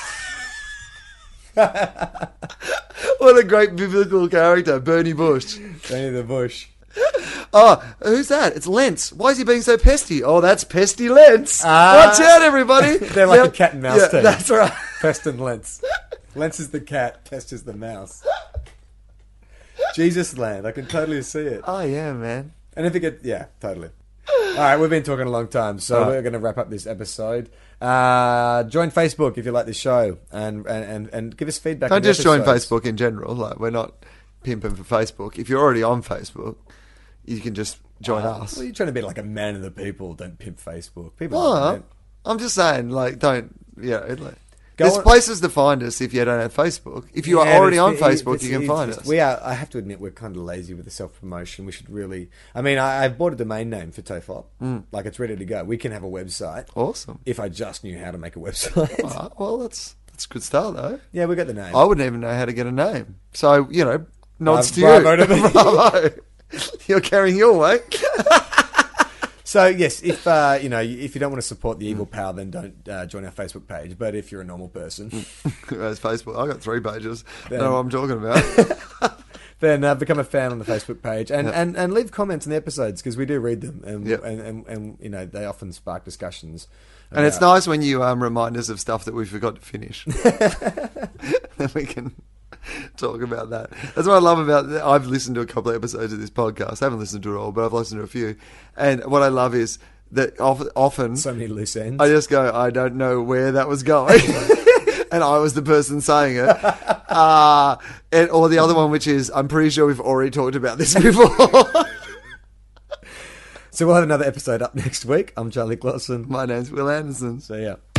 B: what a great biblical character, Bernie Bush.
A: Bernie the bush.
B: Oh, who's that? It's Lentz. Why is he being so pesty? Oh, that's pesty Lentz.
A: Ah.
B: Watch out, everybody.
A: They're like a cat and mouse
B: yeah,
A: team.
B: That's right.
A: Pest and Lentz. Lentz is the cat, Pest is the mouse. Jesus land. I can totally see it.
B: Oh, yeah, man.
A: And if it gets, yeah, totally. All right, we've been talking a long time, so
B: All right.
A: we're going to wrap up this episode. Uh, join Facebook if you like this show, and and and, and give us feedback.
B: Don't
A: on the
B: just join
A: episodes.
B: Facebook in general. Like we're not pimping for Facebook. If you're already on Facebook, you can just join us.
A: Ah. Well, you're trying to be like a man of the people. Don't pimp Facebook. People.
B: Well,
A: aren't, man.
B: I'm just saying, like, don't yeah. Like,
A: Go
B: there's
A: on-
B: places to find us if you don't have Facebook. If you
A: Yeah,
B: are already
A: it's-
B: on
A: it-
B: Facebook,
A: it's-
B: you can
A: it's
B: find
A: just-
B: us.
A: We are. I have to admit, we're kind of lazy with the self promotion. We should really. I mean, I, I've bought a domain name for Tofop.
B: Mm.
A: Like it's ready to go. We can have a website.
B: Awesome.
A: If I just knew how to make a website.
B: All right, well, that's that's a good start though.
A: yeah, we got the name.
B: I wouldn't even know how to get a name. So you know, nods
A: Uh,
B: to
A: bravo
B: you.
A: to me.
B: Bravo. You're carrying your weight.
A: So yes, if uh, you know if you don't want to support the evil power, then don't uh, join our Facebook page. But if you're a normal person,
B: Mm. Whereas Facebook, I got three pages. I
A: Then-
B: know what I'm talking about.
A: then uh, become a fan on the Facebook page and, and, and leave comments on the episodes because we do read them and,
B: Yep.
A: and, and and you know they often spark discussions. uh,
B: And it's
A: about-
B: nice when you um, remind us of stuff that we forgot to finish. then we can talk about that. That's what I love about. I've listened to a couple of episodes of this podcast. I haven't listened to it all, but I've listened to a few. And what I love is that of- often
A: so many loose ends.
B: I just go, I don't know where that was going. and I was the person saying it. Uh, and, or the other one, which is, I'm pretty sure we've already talked about this before.
A: so we'll have another episode up next week. I'm Charlie Glosson.
B: My name's Will Anderson.
A: So yeah.